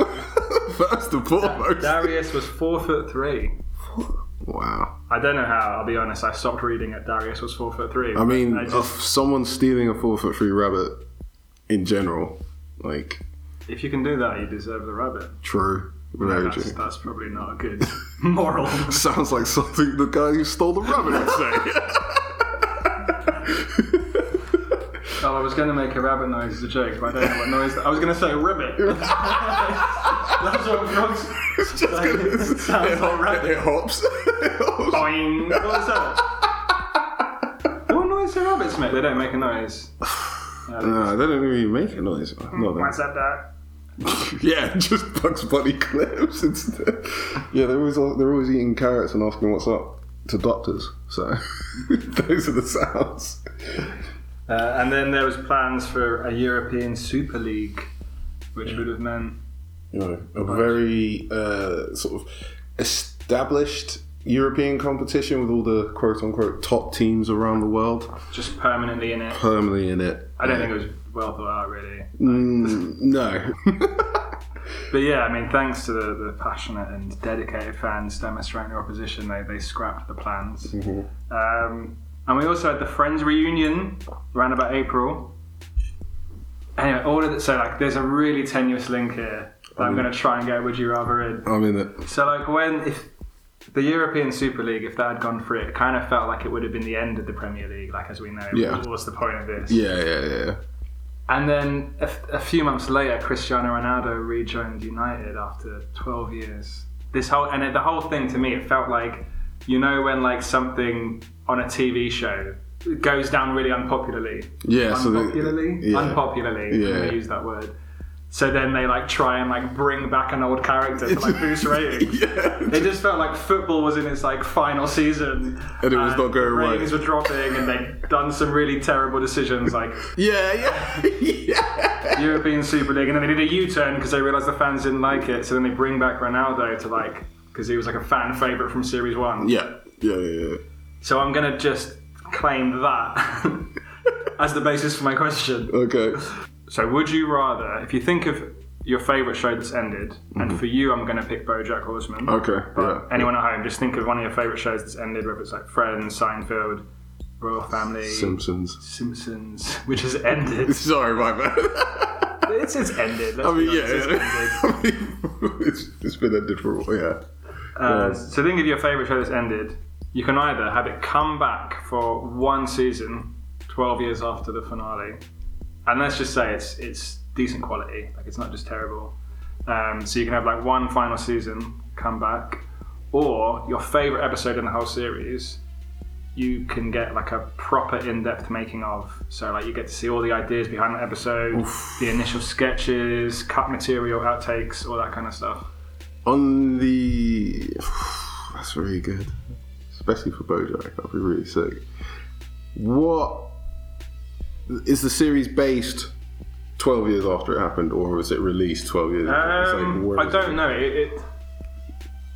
[SPEAKER 2] [LAUGHS] First and foremost,
[SPEAKER 1] Darius was four foot three.
[SPEAKER 2] wow.
[SPEAKER 1] I don't know how. I'll be honest. I stopped reading at Darius was four foot three.
[SPEAKER 2] I mean,
[SPEAKER 1] I
[SPEAKER 2] uh,
[SPEAKER 1] just,
[SPEAKER 2] someone stealing a four foot three rabbit in general, like uh,
[SPEAKER 1] if you can do that, you deserve the rabbit.
[SPEAKER 2] true. Very
[SPEAKER 1] That's,
[SPEAKER 2] true.
[SPEAKER 1] that's probably not a good [LAUGHS] moral.
[SPEAKER 2] [LAUGHS] Sounds like something the guy who stole the rabbit would say.
[SPEAKER 1] Oh, I was going to make a rabbit noise as a joke, but I don't know what noise. I was going to say ribbit.
[SPEAKER 2] [LAUGHS]
[SPEAKER 1] That's what frogs [LAUGHS] say.
[SPEAKER 2] [LAUGHS]
[SPEAKER 1] It sounds like
[SPEAKER 2] It
[SPEAKER 1] rabbit.
[SPEAKER 2] hops. It hops. [LAUGHS]
[SPEAKER 1] Boing. What was that? what noise do rabbits make? They don't make a noise.
[SPEAKER 2] Nah, they don't even make a noise. Not
[SPEAKER 1] I
[SPEAKER 2] that.
[SPEAKER 1] said Hmm, that.
[SPEAKER 2] Yeah, [LAUGHS] just Bugs Bunny clips instead. Yeah, they're always they're always eating carrots and asking what's up to doctors. So [LAUGHS] those are the sounds.
[SPEAKER 1] Uh, and then there was plans for a European Super League, which would have meant
[SPEAKER 2] You know, a very uh, sort of established European competition with all the quote unquote top teams around the world
[SPEAKER 1] just permanently in it.
[SPEAKER 2] firmly in it.
[SPEAKER 1] I don't think it was well thought out, really.
[SPEAKER 2] Mm, no.
[SPEAKER 1] But yeah, I mean, thanks to the, the passionate and dedicated fans demonstrating their opposition, they, they scrapped the plans. Um, and we also had the Friends reunion around about April. Anyway, all of the, so like, there's a really tenuous link here that I'm going to try and get Would You Rather in.
[SPEAKER 2] [LAUGHS] I'm in it.
[SPEAKER 1] So like, when if the European Super League, if that had gone through, it kind of felt like it would have been the end of the Premier League, like as we know.
[SPEAKER 2] Yeah.
[SPEAKER 1] What's the point of this?
[SPEAKER 2] Yeah, yeah, yeah.
[SPEAKER 1] And then a, f- a few months later, Cristiano Ronaldo rejoined United after 12 years. This whole and it, the whole thing to me, it felt like you know when like something on a TV show goes down really unpopularly,
[SPEAKER 2] Yeah, so they-
[SPEAKER 1] unpopularly,
[SPEAKER 2] yeah.
[SPEAKER 1] unpopularly.
[SPEAKER 2] Yeah.
[SPEAKER 1] I'm gonna use that word. So then they like try and like bring back an old character to like
[SPEAKER 2] [LAUGHS]
[SPEAKER 1] boost ratings.
[SPEAKER 2] Yeah.
[SPEAKER 1] It just felt like football was in its like final season,
[SPEAKER 2] And it was not going right.
[SPEAKER 1] Ratings were dropping, and they'd done some really terrible decisions, like
[SPEAKER 2] Yeah, yeah, [LAUGHS] yeah.
[SPEAKER 1] European Super League, and then they did a U-turn because they realised the fans didn't like it. So then they bring back Ronaldo to like because he was like a fan favourite from Series One.
[SPEAKER 2] Yeah, yeah, yeah. yeah.
[SPEAKER 1] So I'm gonna just claim that [LAUGHS] as the basis for my question.
[SPEAKER 2] Okay.
[SPEAKER 1] So would you rather, if you think of your favourite show that's ended, and for you I'm gonna pick BoJack Horseman.
[SPEAKER 2] Mm-hmm. Okay. Yeah.
[SPEAKER 1] Anyone at home, just think of one of your favourite shows that's ended, whether it's like Friends, Seinfeld, Royal Family,
[SPEAKER 2] Simpsons.
[SPEAKER 1] Simpsons, which has
[SPEAKER 2] [LAUGHS]
[SPEAKER 1] ended.
[SPEAKER 2] Sorry, my man.
[SPEAKER 1] It's, it's ended. Let's
[SPEAKER 2] [LAUGHS] I mean,
[SPEAKER 1] be
[SPEAKER 2] yeah.
[SPEAKER 1] honest, it's ended.
[SPEAKER 2] I mean, [LAUGHS] it's, it's been ended for a while, yeah.
[SPEAKER 1] Uh, so think of your favourite show that's ended. You can either have it come back for one season, twelve years after the finale, and let's just say it's it's decent quality. Like it's not just terrible. Um, so you can have like one final season come back, or your favourite episode in the whole series. You can get like a proper in-depth making of. So like you get to see all the ideas behind the episode, the initial sketches, cut material, outtakes, all that kind of stuff.
[SPEAKER 2] On the. [SIGHS] That's really good. Especially for Bojack. That'd be really sick. What. Is the series based 12 years after it happened, or was it released 12 years after? It's like,
[SPEAKER 1] Um,
[SPEAKER 2] where
[SPEAKER 1] I
[SPEAKER 2] is
[SPEAKER 1] don't
[SPEAKER 2] it?
[SPEAKER 1] know. It, it,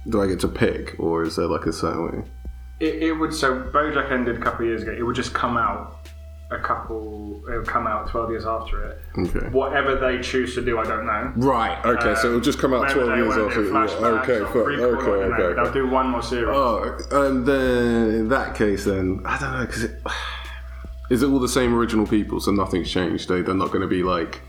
[SPEAKER 2] Do I get to pick, or is there like a certain way?
[SPEAKER 1] it, it would so BoJack ended a couple of years ago. It would just come out a couple. It would come out twelve years after it.
[SPEAKER 2] Okay.
[SPEAKER 1] Whatever they choose to do, I don't know.
[SPEAKER 2] Right. Okay. so it'll just come out
[SPEAKER 1] Whether
[SPEAKER 2] twelve
[SPEAKER 1] they
[SPEAKER 2] years
[SPEAKER 1] wanna
[SPEAKER 2] after.
[SPEAKER 1] do
[SPEAKER 2] it was-
[SPEAKER 1] flashbacks
[SPEAKER 2] Okay.
[SPEAKER 1] or
[SPEAKER 2] Fuck.
[SPEAKER 1] prequel, I don't
[SPEAKER 2] Okay.
[SPEAKER 1] know.
[SPEAKER 2] Okay. okay.
[SPEAKER 1] They'll do one more series.
[SPEAKER 2] Oh, and then in that case, then I don't know because it [SIGHS] is it all the same original people, so nothing's changed. They they're not going to be like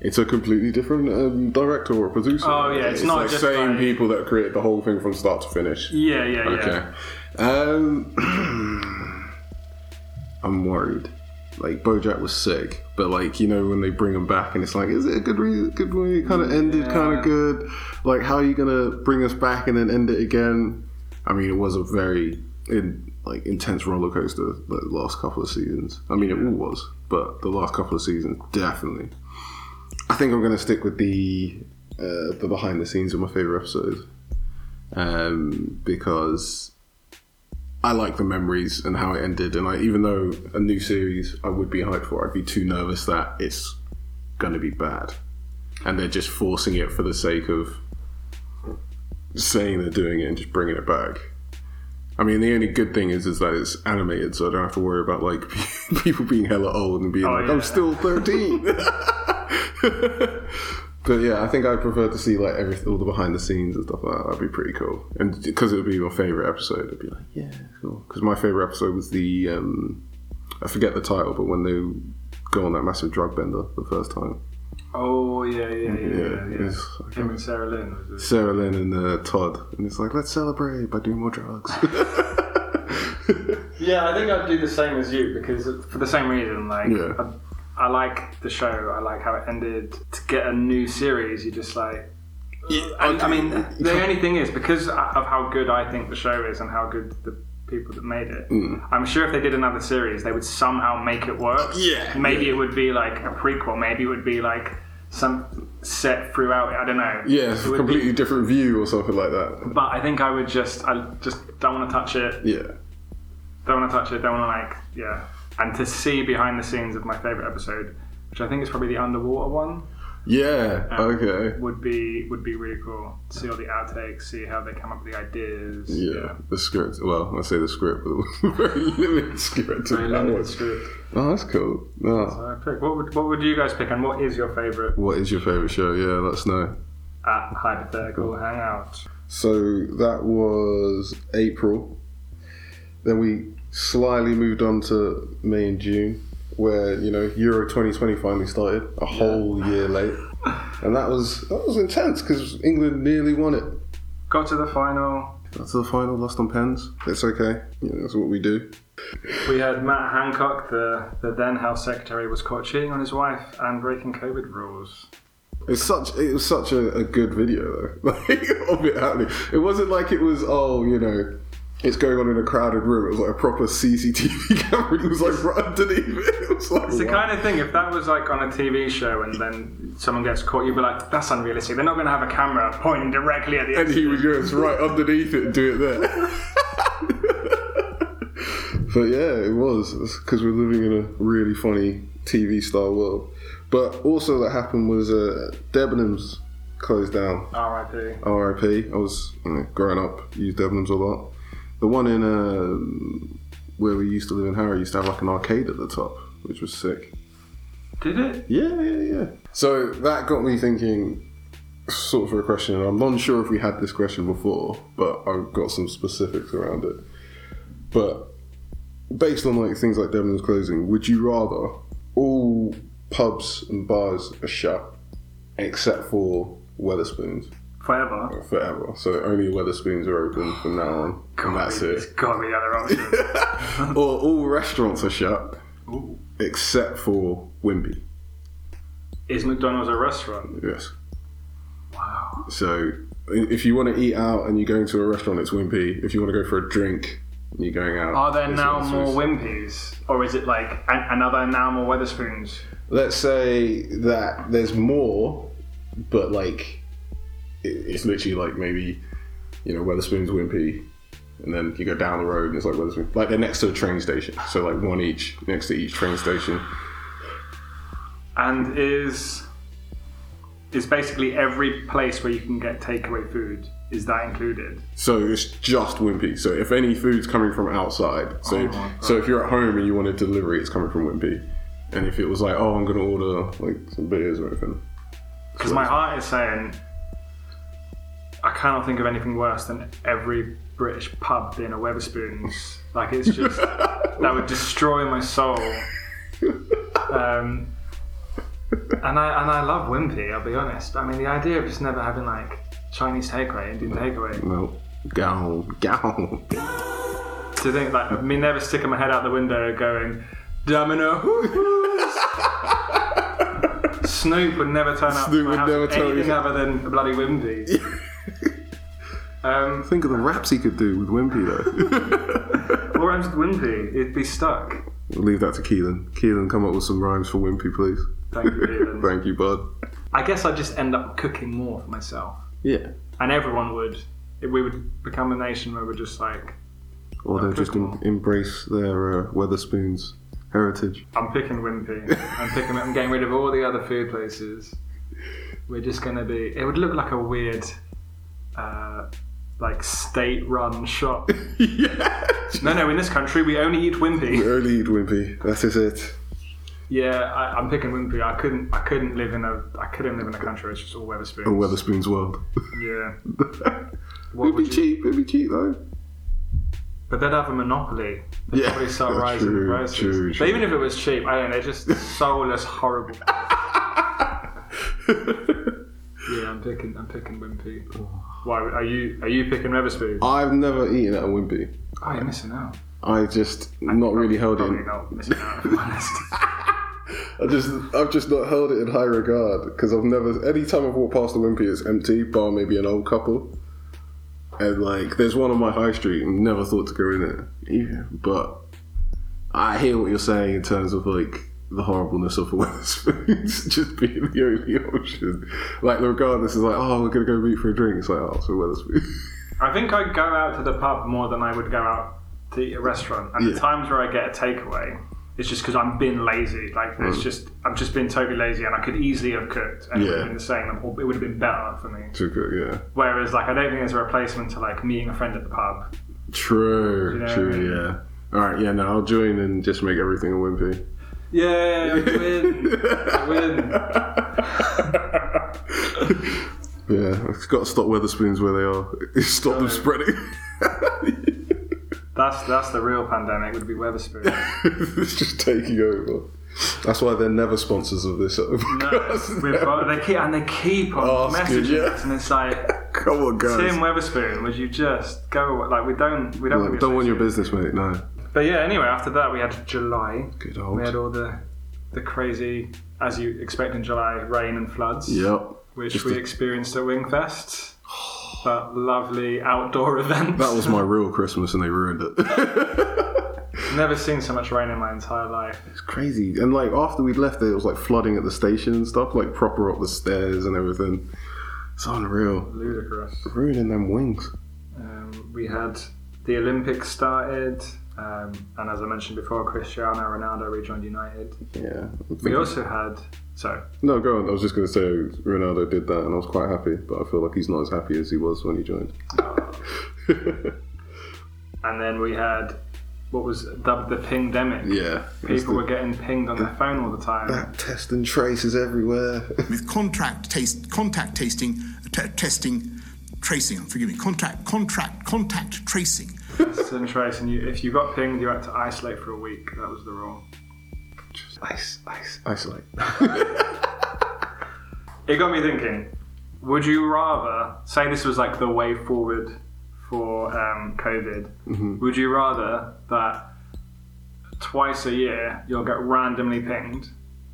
[SPEAKER 2] it's a completely different um, director or producer.
[SPEAKER 1] Oh, yeah, it's not
[SPEAKER 2] like
[SPEAKER 1] just
[SPEAKER 2] same
[SPEAKER 1] like-
[SPEAKER 2] people that create the whole thing from start to finish.
[SPEAKER 1] Yeah, yeah, yeah.
[SPEAKER 2] Okay. Um, [CLEARS THROAT] I'm worried. Like BoJack was sick, but like you know when they bring him back and it's like, is it a good reason? Good way? Kind of ended, kind
[SPEAKER 1] Yeah.
[SPEAKER 2] of good. Like how are you gonna bring us back and then end it again? I mean, it was a very in, like intense roller coaster the last couple of seasons. I mean, it all was, but the last couple of seasons definitely. I think I'm gonna stick with the uh, the behind the scenes of my favorite episodes um, because I like the memories and how it ended. And I, even though a new series I would be hyped for, I'd be too nervous that it's going to be bad. And they're just forcing it for the sake of saying they're doing it and just bringing it back. I mean, the only good thing is is that it's animated, so I don't have to worry about like [LAUGHS] people being hella old and being like,
[SPEAKER 1] yeah.
[SPEAKER 2] "I'm still 13." but yeah, I think I'd prefer to see like every, all the behind the scenes and stuff like that. That'd be pretty cool, and because it would be my favorite episode, I'd be like, "Yeah, cool." Because my favorite episode was the um, I forget the title, but when they go on that massive drug bender the first time.
[SPEAKER 1] Oh yeah, yeah, yeah,
[SPEAKER 2] Yeah,
[SPEAKER 1] yeah. yeah.
[SPEAKER 2] it's like-
[SPEAKER 1] Him and Sarah Lynn. Was it?
[SPEAKER 2] Sarah Lynn and uh, Todd, and it's like let's celebrate by doing more drugs. [LAUGHS]
[SPEAKER 1] Yeah, I think I'd do the same as you because for the same reason, like
[SPEAKER 2] Yeah.
[SPEAKER 1] I, I like the show. I like how it ended. To get a new series, you just like. And, I mean, the only thing is because of how good I think the show is and how good the people that made it.
[SPEAKER 2] Mm.
[SPEAKER 1] I'm sure if they did another series, they would somehow make it work.
[SPEAKER 2] Yeah,
[SPEAKER 1] Maybe it would be like a prequel. Maybe it would be like some set throughout. it, I don't know.
[SPEAKER 2] yeah,
[SPEAKER 1] It would be-
[SPEAKER 2] completely different view or something like that.
[SPEAKER 1] but I think I would just, I just don't want to touch it.
[SPEAKER 2] Yeah,
[SPEAKER 1] Don't want to touch it. Don't want to like, yeah. And to see behind the scenes of my favorite episode, which I think is probably the underwater one,
[SPEAKER 2] yeah, okay,
[SPEAKER 1] would be would be really cool. See all the outtakes, see how they come up with the ideas.
[SPEAKER 2] yeah. The script. Well, I say the script, but [LAUGHS] very limited script.
[SPEAKER 1] Very limited script.
[SPEAKER 2] Oh, that's cool. Oh.
[SPEAKER 1] So I pick. What would, what would you guys pick, and what is your favorite
[SPEAKER 2] What is your favourite show? Yeah, let us know.
[SPEAKER 1] at hypothetical hangout?
[SPEAKER 2] So that was April. Then we slyly moved on to May and June, where you know Euro 2020 finally started, a whole year late, and that was that was intense because England nearly won it.
[SPEAKER 1] Got to the final.
[SPEAKER 2] That's the final, lost on pens. It's okay. You know, that's what we do.
[SPEAKER 1] We had Matt Hancock, the, the then health secretary, was caught cheating on his wife and breaking COVID rules.
[SPEAKER 2] It's such it was such a, a good video though, [LAUGHS] like of it happening. It wasn't like it was oh you know. It's going on in a crowded room. It was like a proper CCTV [LAUGHS] camera. It was like right underneath it. It was like
[SPEAKER 1] It's the
[SPEAKER 2] wow.
[SPEAKER 1] kind of thing if that was like on a TV show and then someone gets caught, you'd be like, "That's unrealistic. They're not going to have a camera pointing directly at the."
[SPEAKER 2] and he
[SPEAKER 1] [LAUGHS]
[SPEAKER 2] was just right underneath it and do it there. [LAUGHS] but yeah, it was because we're living in a really funny TV style world. But also, that happened was uh, Debenhams closed down.
[SPEAKER 1] R.I.P.
[SPEAKER 2] RIP. I was you know, growing up, used Debenhams a lot. The one in uh, where we used to live in Harrow used to have like an arcade at the top, which was sick.
[SPEAKER 1] Did it?
[SPEAKER 2] Yeah, yeah, yeah. So that got me thinking, sort of for a question, and I'm not sure if we had this question before, but I've got some specifics around it. But based on like things like Devon's closing, would you rather all pubs and bars are shut except for Weatherspoons
[SPEAKER 1] Forever.
[SPEAKER 2] forever? So only Weatherspoons are open from now on, and that's
[SPEAKER 1] It's
[SPEAKER 2] it.
[SPEAKER 1] got to be the other option.
[SPEAKER 2] [LAUGHS] Or all restaurants are shut
[SPEAKER 1] Ooh.
[SPEAKER 2] except for Wimpy.
[SPEAKER 1] Is McDonald's a restaurant?
[SPEAKER 2] Yes. Wow. So i- if you want to eat out and you're going to a restaurant, it's Wimpy. If you want to go for a drink, and you're going out.
[SPEAKER 1] Are there
[SPEAKER 2] it's
[SPEAKER 1] now
[SPEAKER 2] Wetherspoons.
[SPEAKER 1] more Wimpies, or is it like an- another now more Weatherspoons?
[SPEAKER 2] Let's say that there's more, but like it, it's literally like maybe you know Weatherspoons, Wimpy, and then you go down the road and it's like Weatherspoons. Like they're next to a train station, so like one each next to each train station.
[SPEAKER 1] And is is basically every place where you can get takeaway food is that included?
[SPEAKER 2] So it's just Wimpy. So if any food's coming from outside, so so if you're at home and you want a delivery, it's coming from Wimpy. And if it was like, oh, I'm gonna order like some beers or anything,
[SPEAKER 1] Because my heart is saying, I cannot think of anything worse than every British pub being a Weatherspoons. Like it's just [LAUGHS] that would destroy my soul. Um, and I and I love Wimpy. I'll be honest. I mean, the idea of just never having like Chinese takeaway, Indian takeaway.
[SPEAKER 2] [LAUGHS] well, gown, gown.
[SPEAKER 1] To think like me never sticking my head out the window going, Domino. hoo-hoos." Snoop would never turn up.
[SPEAKER 2] Snoop
[SPEAKER 1] to my
[SPEAKER 2] would
[SPEAKER 1] house
[SPEAKER 2] never
[SPEAKER 1] with
[SPEAKER 2] tell you
[SPEAKER 1] anything
[SPEAKER 2] that.
[SPEAKER 1] other than a bloody Wimpy. Um,
[SPEAKER 2] Think of the raps he could do with Wimpy though. [LAUGHS]
[SPEAKER 1] what rhymes with Wimpy? It'd be stuck.
[SPEAKER 2] we'll leave that to Keelan. Keelan, come up with some rhymes for Wimpy, please.
[SPEAKER 1] Thank you, Leland.
[SPEAKER 2] [LAUGHS] Thank you, bud.
[SPEAKER 1] I guess I'd just end up cooking more for myself.
[SPEAKER 2] Yeah.
[SPEAKER 1] And everyone would. If we would become a nation where we're just like,
[SPEAKER 2] Or they'll just em- embrace their uh, Weatherspoons heritage.
[SPEAKER 1] I'm picking Wimpy. I'm picking I'm getting rid of all the other food places. We're just gonna be it would look like a weird uh, like state run shop.
[SPEAKER 2] [LAUGHS] yeah.
[SPEAKER 1] No no, in this country we only eat Wimpy.
[SPEAKER 2] [LAUGHS] Early eat Wimpy. That is it.
[SPEAKER 1] Yeah, I, I'm picking Wimpy. I couldn't I couldn't live in a I couldn't live in a country where it's just all Weatherspoons.
[SPEAKER 2] A Weatherspoons world.
[SPEAKER 1] Yeah.
[SPEAKER 2] [LAUGHS] It'd be
[SPEAKER 1] would you-
[SPEAKER 2] cheap. It'd be cheap though. [LAUGHS]
[SPEAKER 1] But they'd have a monopoly. They'd
[SPEAKER 2] Yeah.
[SPEAKER 1] probably start
[SPEAKER 2] Yeah,
[SPEAKER 1] rising
[SPEAKER 2] true,
[SPEAKER 1] prices.
[SPEAKER 2] true,
[SPEAKER 1] But
[SPEAKER 2] true.
[SPEAKER 1] even if it was cheap, I don't know, they're just soulless, horrible. Yeah, I'm picking. I'm picking Wimpy. Why are you? Are you picking Revspoon?
[SPEAKER 2] I've never eaten at a Wimpy.
[SPEAKER 1] Oh, you're missing out.
[SPEAKER 2] I just not really held it.
[SPEAKER 1] Probably
[SPEAKER 2] in-
[SPEAKER 1] not missing out. if I'm [LAUGHS] honest.
[SPEAKER 2] I just I've just not held it in high regard because I've never any time I've walked past the Wimpy it's empty, bar maybe an old couple. And like, there's one on my high street, and never thought to go in it. Yeah, but I hear what you're saying in terms of like the horribleness of [LAUGHS] Weatherspoons just being the only option. Like, regardless, it's like, oh, we're gonna go meet for a drink. It's like, oh, so Weatherspoons.
[SPEAKER 1] I think I go out to the pub more than I would go out to eat a restaurant. And
[SPEAKER 2] Yeah.
[SPEAKER 1] the times where I get a takeaway, it's just because I'm been lazy. Like it's just I've just been totally lazy, and I could easily have cooked, and it would
[SPEAKER 2] Yeah.
[SPEAKER 1] have been the same, or it would have been better for me.
[SPEAKER 2] Too good, yeah.
[SPEAKER 1] Whereas like I don't think there's a replacement to like meeting a friend at the pub.
[SPEAKER 2] True,
[SPEAKER 1] You know what I mean?
[SPEAKER 2] true, yeah. All right, yeah. Now I'll join and just make everything a Wimpy.
[SPEAKER 1] Yeah, [LAUGHS] win, win.
[SPEAKER 2] [LAUGHS] Yeah, it's got to stop Weatherspoons where they are. [LAUGHS] Stop them spreading. [LAUGHS]
[SPEAKER 1] That's that's the real pandemic. Would be Weatherspoon.
[SPEAKER 2] it's just taking over. That's why they're never sponsors of this. [LAUGHS] podcast.
[SPEAKER 1] We've got, they keep and they keep on
[SPEAKER 2] Oh, that's good,
[SPEAKER 1] messaging
[SPEAKER 2] yeah.
[SPEAKER 1] us, and it's like.
[SPEAKER 2] [LAUGHS] Come on, guys.
[SPEAKER 1] Tim Weatherspoon, would you just go away? Like, we don't, we don't,
[SPEAKER 2] Don't want your business, mate. No.
[SPEAKER 1] But yeah, anyway, after that, we had July.
[SPEAKER 2] Good old.
[SPEAKER 1] We had all the the crazy, as you expect in July, rain and floods,
[SPEAKER 2] Yep.
[SPEAKER 1] which
[SPEAKER 2] Just
[SPEAKER 1] we
[SPEAKER 2] the-
[SPEAKER 1] experienced at Wingfest. that lovely outdoor [LAUGHS] event.
[SPEAKER 2] That was my real Christmas, and they ruined it.
[SPEAKER 1] Never seen so much rain in my entire life.
[SPEAKER 2] [LAUGHS] It's crazy. And like after we'd left, it was like flooding at the station and stuff, like proper up the stairs and everything. It's unreal.
[SPEAKER 1] Ludicrous.
[SPEAKER 2] Ruining them wings.
[SPEAKER 1] Um, we had the Olympics started, um, and as I mentioned before, Cristiano Ronaldo rejoined United.
[SPEAKER 2] Yeah.
[SPEAKER 1] We also had, so
[SPEAKER 2] No, go on. I was just going to say Ronaldo did that, and I was quite happy, but I feel like he's not as happy as he was when he [LAUGHS] joined.
[SPEAKER 1] and then we had what was dubbed the pingdemic.
[SPEAKER 2] yeah. It's
[SPEAKER 1] People
[SPEAKER 2] the-
[SPEAKER 1] were getting pinged on their phone all the time.
[SPEAKER 2] that test and trace is everywhere. [LAUGHS]
[SPEAKER 5] with contract taste, contact tasting, t- testing, tracing. Forgive me, contact, contract, contact tracing.
[SPEAKER 1] It's in trace, and you, if you got pinged, you had to isolate for a week. That was the rule.
[SPEAKER 2] ice, ice, isolate.
[SPEAKER 1] It got me thinking. Would you rather say this was like the way forward for um, COVID?
[SPEAKER 2] Mm-hmm.
[SPEAKER 1] Would you rather that twice a year you'll get randomly pinged,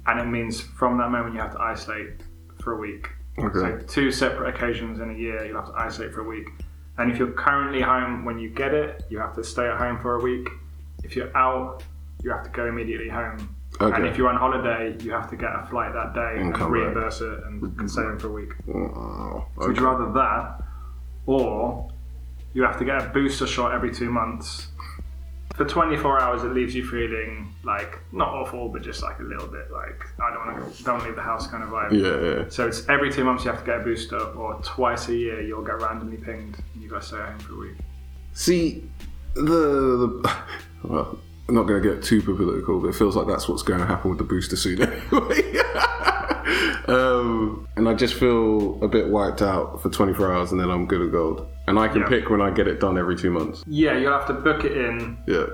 [SPEAKER 1] and it means from that moment you have to isolate for a week? So
[SPEAKER 2] Okay.
[SPEAKER 1] two separate occasions in a year you'll have to isolate for a week. And if you're currently home when you get it, you have to stay at home for a week. If you're out, you have to go immediately home.
[SPEAKER 2] Okay.
[SPEAKER 1] And if you're on holiday, you have to get a flight that day and,
[SPEAKER 2] come
[SPEAKER 1] reimburse it and can stay home for a week.
[SPEAKER 2] Wow.
[SPEAKER 1] Would
[SPEAKER 2] Okay.
[SPEAKER 1] you rather that, or you have to get a booster shot every two months? For 24 hours, it leaves you feeling like not awful, but just like a little bit like I don't want to don't wanna leave the house kind of vibe.
[SPEAKER 2] Yeah, yeah.
[SPEAKER 1] So it's every two months you have to get a booster, or twice a year you'll get randomly pinged and you got to stay at home for a week.
[SPEAKER 2] See, the, the [LAUGHS] well, I'm not going to get too political, but it feels like that's what's going to happen with the booster soon [LAUGHS] anyway. um, and I just feel a bit wiped out for 24 hours, and then I'm good at gold. And I can
[SPEAKER 1] Yeah.
[SPEAKER 2] pick when I get it done every two months.
[SPEAKER 1] Yeah, you'll have to book it in.
[SPEAKER 2] Yeah,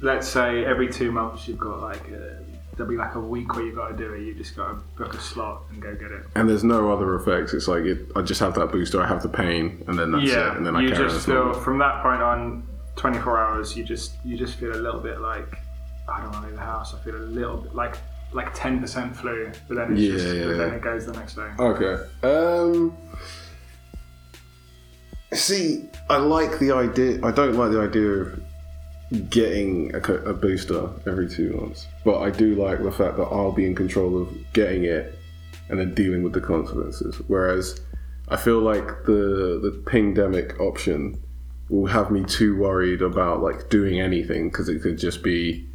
[SPEAKER 1] Let's say every two months you've got like a, there'll be like a week where you got to do it. You just got to book a slot and go get it.
[SPEAKER 2] and there's no other effects. It's like it, I just have that booster, I have the pain, and then that's
[SPEAKER 1] yeah,
[SPEAKER 2] it, and then I
[SPEAKER 1] you
[SPEAKER 2] carry
[SPEAKER 1] just
[SPEAKER 2] on.
[SPEAKER 1] feel from that point on, 24 hours. You just you just feel a little bit like I don't want to leave the house. I feel a little bit like like 10% flu, but then it's
[SPEAKER 2] Yeah,
[SPEAKER 1] just
[SPEAKER 2] yeah,
[SPEAKER 1] but then
[SPEAKER 2] yeah. Oh.
[SPEAKER 1] it goes the next day.
[SPEAKER 2] Okay. Um. See, I like the idea. I don't like the idea of getting a, co- a booster every two months, but I do like the fact that I'll be in control of getting it and then dealing with the consequences. Whereas, I feel like the the pandemic option will have me too worried about like doing anything because it could just be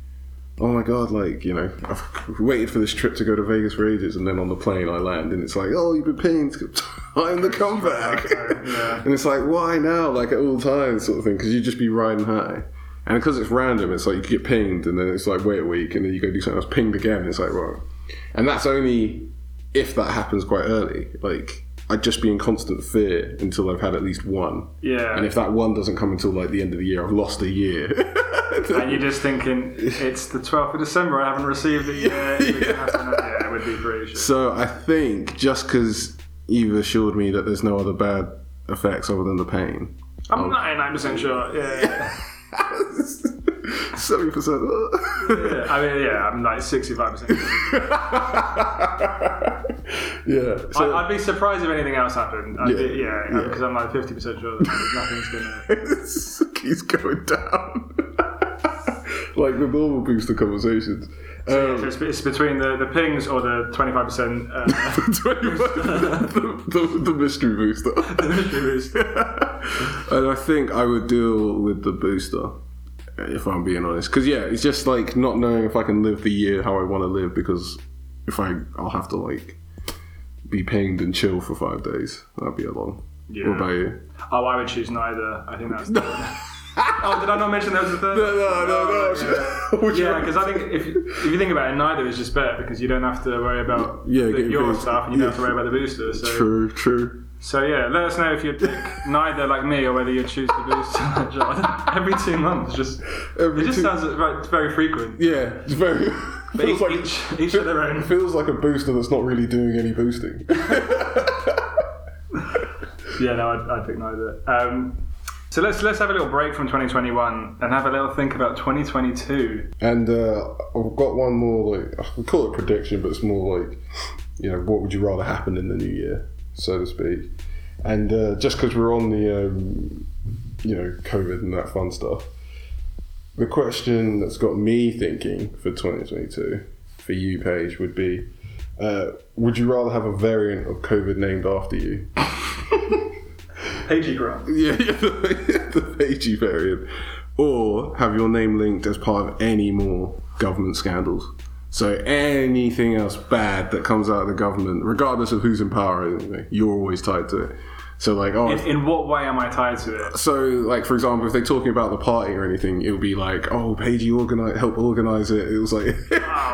[SPEAKER 2] oh my god, like, you know, I've waited for this trip to go to Vegas for ages, and then on the plane I land, and it's like, oh, you've been paying time to [LAUGHS] come back.
[SPEAKER 1] Yeah.
[SPEAKER 2] and it's like, why now? Like, at all times, sort of thing, because you just be riding high. And because it's random, it's like you get pinged, and then it's like, wait a week, and then you go do something else, pinged again, and it's like, well. And that's only if that happens quite early. Like, I'd just be in constant fear until I've had at least one.
[SPEAKER 1] Yeah,
[SPEAKER 2] And if that one doesn't come until like the end of the year, I've lost a year. [LAUGHS] [LAUGHS]
[SPEAKER 1] and you're just thinking it's the 12th of December. I haven't received it yet. We're gonna have to- yeah, would be pretty shit.
[SPEAKER 2] So I think just because you've assured me that there's no other bad effects other than the pain. [LAUGHS]
[SPEAKER 1] I'm 99% sure. Yeah, yeah.
[SPEAKER 2] Seventy percent.
[SPEAKER 1] yeah. I mean, yeah, I'm like 65%.
[SPEAKER 2] [LAUGHS]
[SPEAKER 1] sure.
[SPEAKER 2] Yeah.
[SPEAKER 1] I,
[SPEAKER 2] So
[SPEAKER 1] I'd be surprised if anything else happened. I'd
[SPEAKER 2] Yeah.
[SPEAKER 1] be, yeah,
[SPEAKER 2] Yeah.
[SPEAKER 1] because I'm like 50% sure that nothing's gonna.
[SPEAKER 2] [LAUGHS] he's going down. [LAUGHS] like the normal booster conversations.
[SPEAKER 1] So
[SPEAKER 2] Um,
[SPEAKER 1] it's, it's between the, the pings or the 25% uh,
[SPEAKER 2] [LAUGHS] 25 the, the, the mystery
[SPEAKER 1] [LAUGHS]
[SPEAKER 2] booster.
[SPEAKER 1] mystery booster.
[SPEAKER 2] [LAUGHS] and I think I would deal with the booster, if I'm being honest. Because, yeah, it's just like not knowing if I can live the year how I want to live because if I, I'll have to like be pained and chill for five days. That'd be a long.
[SPEAKER 1] Yeah.
[SPEAKER 2] What about you?
[SPEAKER 1] Oh, I would choose neither. I think that's. the
[SPEAKER 2] [LAUGHS]
[SPEAKER 1] oh, did I not mention there was a third? Oh,
[SPEAKER 2] No, no, no, no. [LAUGHS] Which
[SPEAKER 1] Yeah,
[SPEAKER 2] one?
[SPEAKER 1] because I think if, if you think about it, neither is just better because you don't have to worry about
[SPEAKER 2] Yeah,
[SPEAKER 1] the,
[SPEAKER 2] getting
[SPEAKER 1] your
[SPEAKER 2] paid.
[SPEAKER 1] stuff and you
[SPEAKER 2] Yeah.
[SPEAKER 1] don't have to worry about the booster. So,
[SPEAKER 2] True, true.
[SPEAKER 1] so yeah, let us know if you'd pick neither like me or whether you'd choose the booster. [LAUGHS] John. Every two months, just
[SPEAKER 2] Every
[SPEAKER 1] it just
[SPEAKER 2] two-
[SPEAKER 1] sounds very, very frequent.
[SPEAKER 2] Yeah, it's very. [LAUGHS] feels
[SPEAKER 1] each- each- each
[SPEAKER 2] fe-
[SPEAKER 1] to their own.
[SPEAKER 2] Feels like a booster that's not really doing
[SPEAKER 1] [LAUGHS]
[SPEAKER 2] any boosting. [LAUGHS]
[SPEAKER 1] Yeah, no, I'd, I'd pick neither. Um, so let's let's have a little break from 2021 and have a little think about 2022.
[SPEAKER 2] And uh, I've got one more, like, I would call it prediction, but it's more like, you know, what would you rather happen in the new year, so to speak. And uh, just because we're on the, um, you know, COVID and that fun stuff, the question that's got me thinking for 2022 for you, Paige, would be uh, would you rather have a variant of COVID named after you?
[SPEAKER 1] Pagey Grant.
[SPEAKER 2] Yeah, [LAUGHS] yeah the, the Paige variant. Or have your name linked as part of any more government scandals. So anything else bad that comes out of the government, regardless of who's in power, you're always tied to it. So like, oh,
[SPEAKER 1] In, in what way am I tied to it?
[SPEAKER 2] so like for example, if they're talking about the party or anything, it'll be like, oh, Pagey organize, help organize it. It was like [LAUGHS]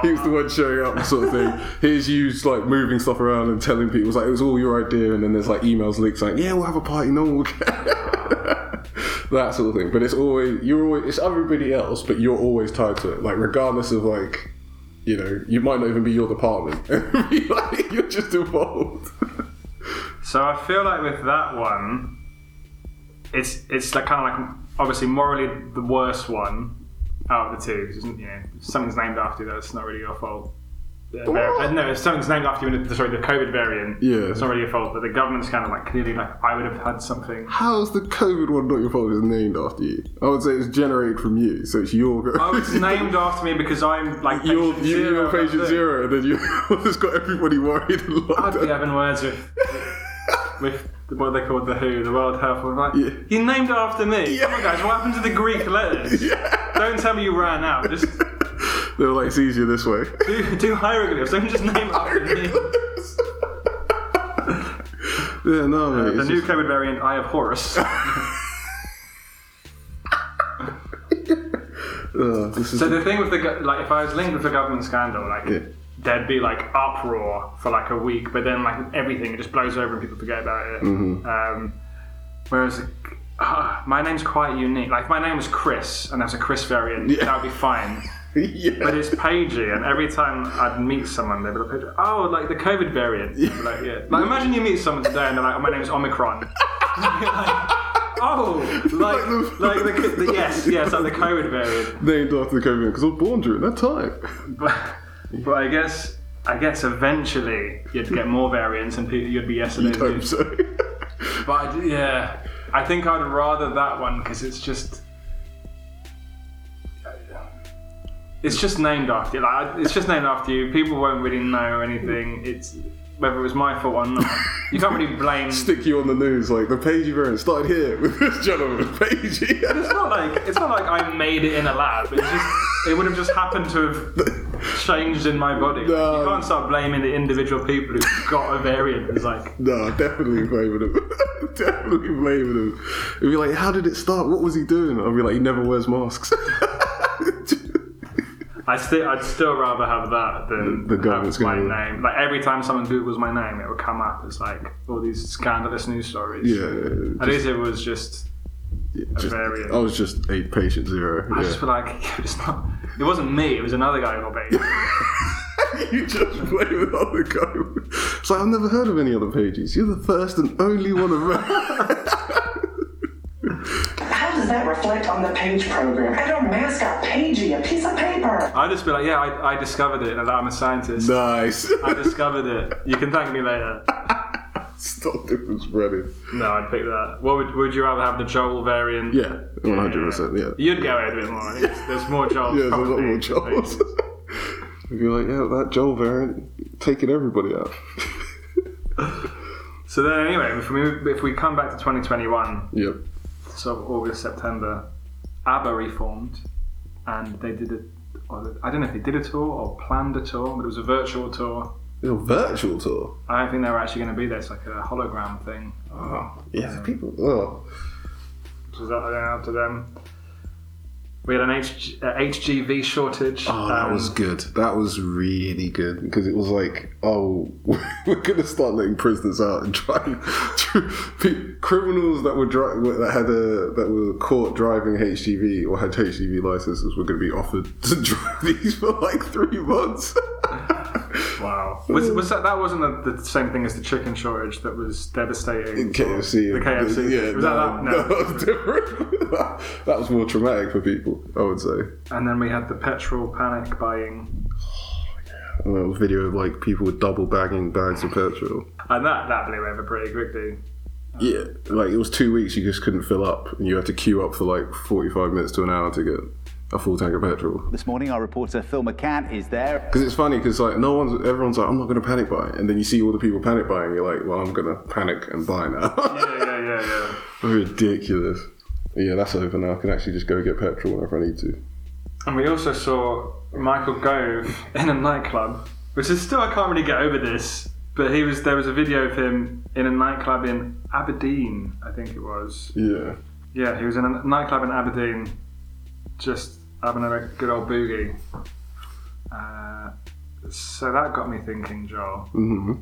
[SPEAKER 2] he was the one showing up, sort of thing. Here's you just, like moving stuff around and telling people. It's like it was all your idea, and then there's like emails leaked like, yeah, we'll have a party, no one will care. [LAUGHS] that sort of thing. But it's always you're always it's everybody else, but you're always tied to it, like regardless of like. You know, you might not even be your department. [LAUGHS] Like, you're just involved. [LAUGHS]
[SPEAKER 1] So I feel like with that one, it's it's like kind of like obviously morally the worst one out of the two. 'cause it's, you know, if something's named after you, that's not really your fault. The Ameri- uh, no, if something's named after you in the, sorry, the COVID variant,
[SPEAKER 2] Yeah.
[SPEAKER 1] it's not really your fault. But the government's kind of like clearly like I would have had something.
[SPEAKER 2] [LAUGHS] How's the COVID one not your fault? It's named after you. I would say it's generated from you, so it's your.
[SPEAKER 1] Oh, it's
[SPEAKER 2] [LAUGHS]
[SPEAKER 1] named after me because I'm like
[SPEAKER 2] You're,
[SPEAKER 1] patient
[SPEAKER 2] you,
[SPEAKER 1] zero,
[SPEAKER 2] you're patient
[SPEAKER 1] that's it.
[SPEAKER 2] zero, and then you [LAUGHS] just got everybody worried and
[SPEAKER 1] I'd
[SPEAKER 2] locked
[SPEAKER 1] be
[SPEAKER 2] up.
[SPEAKER 1] having words with with the- what they called the WHO, the World Health
[SPEAKER 2] Yeah.
[SPEAKER 1] Organization. Like, You named it after me.
[SPEAKER 2] Yeah.
[SPEAKER 1] Come on, guys, what happened to the Greek
[SPEAKER 2] [LAUGHS]
[SPEAKER 1] letters? Don't tell me you ran out. Just
[SPEAKER 2] They were like, it's easier
[SPEAKER 1] [LAUGHS]
[SPEAKER 2] this way.
[SPEAKER 1] do, do hieroglyphs. Don't just name it after me.
[SPEAKER 2] yeah, no, mate.
[SPEAKER 1] The
[SPEAKER 2] it's
[SPEAKER 1] new
[SPEAKER 2] just-
[SPEAKER 1] COVID variant, Eye of Horus.
[SPEAKER 2] [LAUGHS] uh, this is-
[SPEAKER 1] So the thing with the go- like, if I was linked with the government scandal, like.
[SPEAKER 2] Yeah.
[SPEAKER 1] There'd be like uproar for like a week, but then like everything it just blows over and people forget about it.
[SPEAKER 2] Mm-hmm.
[SPEAKER 1] Um, whereas ah, my name's quite unique. Like if my name was Chris and there was a Chris variant,
[SPEAKER 2] Yeah.
[SPEAKER 1] that would be fine. But
[SPEAKER 2] [LAUGHS] yeah.
[SPEAKER 1] it's Pagey, and every time I'd meet someone, they'd be like, Pagey, "Oh, like the COVID variant." I'd be Like, yeah. Like, imagine you meet someone today, and they're like, oh, "My name's Omicron." [LAUGHS] You'd be like, oh, like, like the, co- the yes, yes, like the COVID variant.
[SPEAKER 2] Named after the COVID because I was born during that time. [LAUGHS]
[SPEAKER 1] But, but I guess, I guess eventually you'd get more variants, and people you'd be yes and
[SPEAKER 2] I hope so.
[SPEAKER 1] But I'd- yeah, I think I'd rather that one because it's just. It's just named after you. Like, it's just named after you. People won't really know anything. It's whether it was my fault or not. You can't really blame. It's
[SPEAKER 2] Stick you on the news, like the Pagey variant started here with this gentleman, Pagey.
[SPEAKER 1] not like it's not like I made it in a lab. It's just it would have just happened to have changed in my body. Like,
[SPEAKER 2] No.
[SPEAKER 1] You can't start blaming the individual people who got a variant. It's like
[SPEAKER 2] No, definitely blaming him. [LAUGHS] definitely blaming him. It'd be like, how did it start? What was he doing? I'd be like, he never wears masks. [LAUGHS]
[SPEAKER 1] I still, I'd still rather have that than
[SPEAKER 2] The- the
[SPEAKER 1] have
[SPEAKER 2] government's
[SPEAKER 1] my
[SPEAKER 2] gonna-
[SPEAKER 1] name. Like every time someone googles my name, it would come up as like all these scandalous news stories.
[SPEAKER 2] yeah,
[SPEAKER 1] At least it was just.
[SPEAKER 2] just-
[SPEAKER 1] variant.
[SPEAKER 2] I was just a patient zero.
[SPEAKER 1] I
[SPEAKER 2] yeah.
[SPEAKER 1] [LAUGHS] just feel like it's not. It wasn't me. It was another guy who got baited.
[SPEAKER 2] [LAUGHS] you just blame it on the guy. It's like I've never heard of any other pages. You're the first and only one of
[SPEAKER 6] How does that reflect on the page program? I don't mascot pagey, a piece of paper.
[SPEAKER 1] I'd just be like, yeah, I, I discovered it, and I'm a scientist.
[SPEAKER 2] [LAUGHS] nice.
[SPEAKER 1] I discovered it. You can thank me
[SPEAKER 2] [LAUGHS]
[SPEAKER 1] later.
[SPEAKER 2] Stop difference spreading.
[SPEAKER 1] No, I'd pick that. What would, would you rather have the Joel variant?
[SPEAKER 2] Yeah, one hundred percent. Yeah.
[SPEAKER 1] You'd go ahead a bit more. I think There's more Joel.
[SPEAKER 2] [LAUGHS] Yeah, there's a
[SPEAKER 1] [LAUGHS]
[SPEAKER 2] lot more Joels. [LAUGHS] You'd be like, yeah, that Joel variant taking everybody out.
[SPEAKER 1] So then, anyway, if we move, if we come back to 2021,
[SPEAKER 2] yep.
[SPEAKER 1] so August September, ABBA reformed, and they did a. Or I don't know if they did a tour or planned a tour, but it was a virtual tour.
[SPEAKER 2] It's a virtual tour.
[SPEAKER 1] I don't think they were actually going to be there. It's like a hologram thing.
[SPEAKER 2] Oh, yeah, the people. Oh,
[SPEAKER 1] So that I don't know up to them. We had an HG, uh, HGV shortage.
[SPEAKER 2] oh that
[SPEAKER 1] um,
[SPEAKER 2] was good. That was really good because it was like, oh, [LAUGHS] we're gonna start letting prisoners out and try and [LAUGHS] pe- criminals that were dri- that had a that were caught driving HGV or had HGV licenses were gonna be offered [LAUGHS] to drive these for like three months.
[SPEAKER 1] [LAUGHS]
[SPEAKER 2] [LAUGHS]
[SPEAKER 1] Wow. Was, was that, that wasn't the, the same thing as the chicken shortage that was devastating?
[SPEAKER 2] KFC.
[SPEAKER 1] The KFC.
[SPEAKER 2] Yeah,
[SPEAKER 1] was that that? No.
[SPEAKER 2] [LAUGHS] that was different. [LAUGHS] that was more traumatic for people, I would say.
[SPEAKER 1] And then we had the petrol panic buying.
[SPEAKER 2] A little video of like people with double bagging bags of petrol.
[SPEAKER 1] And that, that blew over pretty quickly.
[SPEAKER 2] Yeah, like it was two weeks you just couldn't fill up, and you had to queue up for like forty-five minutes to an hour to get a full tank of petrol.
[SPEAKER 7] This morning, our reporter Phil McCann is there.
[SPEAKER 2] Because it's funny, because like no one's, everyone's like, I'm not gonna panic buy, and then you see all the people panic buying, you're like, well, I'm gonna panic and buy now.
[SPEAKER 1] Yeah, yeah, yeah, yeah.
[SPEAKER 2] [LAUGHS] Ridiculous. Yeah, that's over now. I can actually just go get petrol whenever I need to.
[SPEAKER 1] And we also saw Michael Gove [LAUGHS] in a nightclub, which is still I can't really get over this. But he was there was a video of him in a nightclub in Aberdeen, I think it was.
[SPEAKER 2] Yeah.
[SPEAKER 1] Yeah, he was in a nightclub in Aberdeen, just having a good old boogie. Uh, so that got me thinking, Joel.
[SPEAKER 2] hmm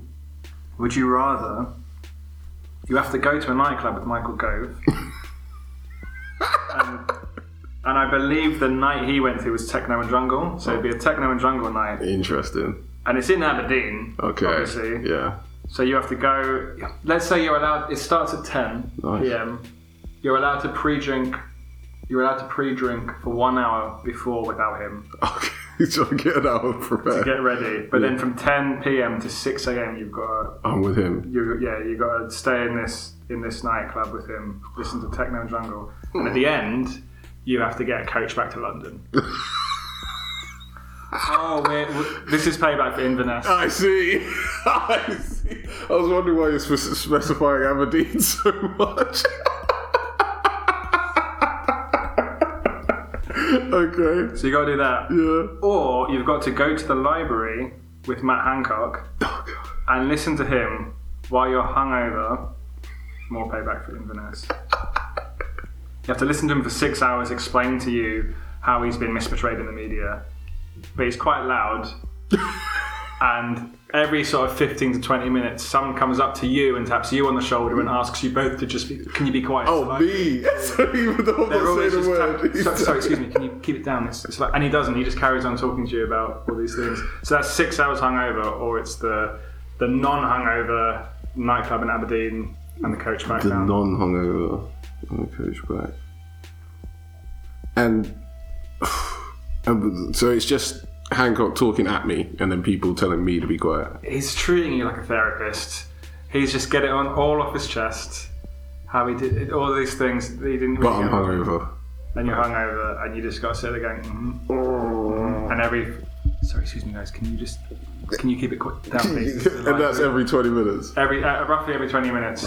[SPEAKER 1] Would you rather you have to go to a nightclub with Michael Gove?
[SPEAKER 2] [LAUGHS]
[SPEAKER 1] and, and I believe the night he went to was Techno and Jungle, so it'd be a Techno and Jungle night.
[SPEAKER 2] Interesting.
[SPEAKER 1] And it's in Aberdeen,
[SPEAKER 2] Okay.
[SPEAKER 1] obviously.
[SPEAKER 2] Yeah. [LAUGHS]
[SPEAKER 1] So you have to go. Let's say you're allowed. It starts at 10
[SPEAKER 2] Nice.
[SPEAKER 1] p.m. You're allowed to pre-drink. You're allowed to pre-drink for one hour before without him.
[SPEAKER 2] Okay. so get out prepared.
[SPEAKER 1] Get ready. But then from 10 p.m. to 6 a.m. you've got to
[SPEAKER 2] I'm with him.
[SPEAKER 1] you yeah you got to stay in this in this nightclub with him listen to techno and jungle and at the end you have to get a coach back to
[SPEAKER 2] [LAUGHS]
[SPEAKER 1] london oh we're, we this is payback for inverness
[SPEAKER 2] I see. [LAUGHS] I see. I was wondering why you're spe- specifying Aberdeen [LAUGHS] so much. [LAUGHS] okay.
[SPEAKER 1] so you got to do that
[SPEAKER 2] Yeah.
[SPEAKER 1] or you've got to go to the library with matt hancock and listen to him while you're hungover more payback for inverness you have to listen to him for six hours explain to you how he's been misportrayed in the media but he's quite loud and every sort of 15 to 20 minutes someone comes up to you and taps you on the shoulder and asks you both to just be, can you be quiet
[SPEAKER 2] Oh,
[SPEAKER 1] So like-
[SPEAKER 2] me. [LAUGHS] So even though I'm
[SPEAKER 1] they're
[SPEAKER 2] not
[SPEAKER 1] always
[SPEAKER 2] saying a
[SPEAKER 1] just
[SPEAKER 2] word.
[SPEAKER 1] tap- so- sorry, excuse me. Can you keep it down? It's, it's like, and he doesn't. He just carries on talking to you about all these things. So that's six hours hungover, or it's the the non-hungover nightclub in Aberdeen and the coach back
[SPEAKER 2] The
[SPEAKER 1] down.
[SPEAKER 2] non-hungover on the coach back. And, [SIGHS] and so it's just Hancock talking at me, and then people telling me to be quiet.
[SPEAKER 1] He's treating you like a therapist. He's just getting on all off his chest. How he did all these things that he didn't.
[SPEAKER 2] But
[SPEAKER 1] really
[SPEAKER 2] I'm
[SPEAKER 1] get.
[SPEAKER 2] hungover.
[SPEAKER 1] Then you're hungover, and you just got to sit there going. Mm-hmm. And every. Sorry, excuse me, guys. Can you just? Can you keep it quick down,
[SPEAKER 2] [LAUGHS]
[SPEAKER 1] please? This is a
[SPEAKER 2] and that's
[SPEAKER 1] live-
[SPEAKER 2] every 20 minutes.
[SPEAKER 1] every uh, roughly every twenty minutes.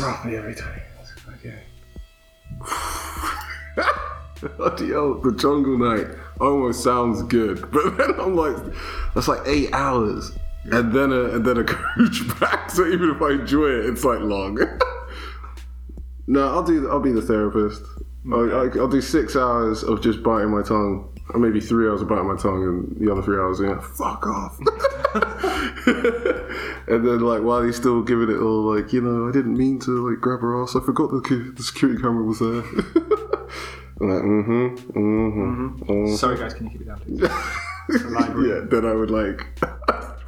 [SPEAKER 2] Bloody hell, the jungle night almost sounds good, [LAUGHS] but then I'm like, that's like eight hours, and then a and then a coach [LAUGHS] back. So even if I enjoy it, it's like long. [LAUGHS] no, I'll do. I'll be the therapist. I, I, I'll do six hours of just biting my tongue, or maybe three hours of biting my tongue, and the other three hours, yeah, fuck off. [LAUGHS] and then like while he's still giving it all, like you know, I didn't mean to like grab her ass. I forgot the, cu- the security camera was there. [LAUGHS] I'm like, mm-hmm, mm-hmm.
[SPEAKER 1] Mm.
[SPEAKER 2] [LAUGHS]
[SPEAKER 1] Sorry, guys, can you keep it down, please?
[SPEAKER 2] yeah, then I would like [LAUGHS]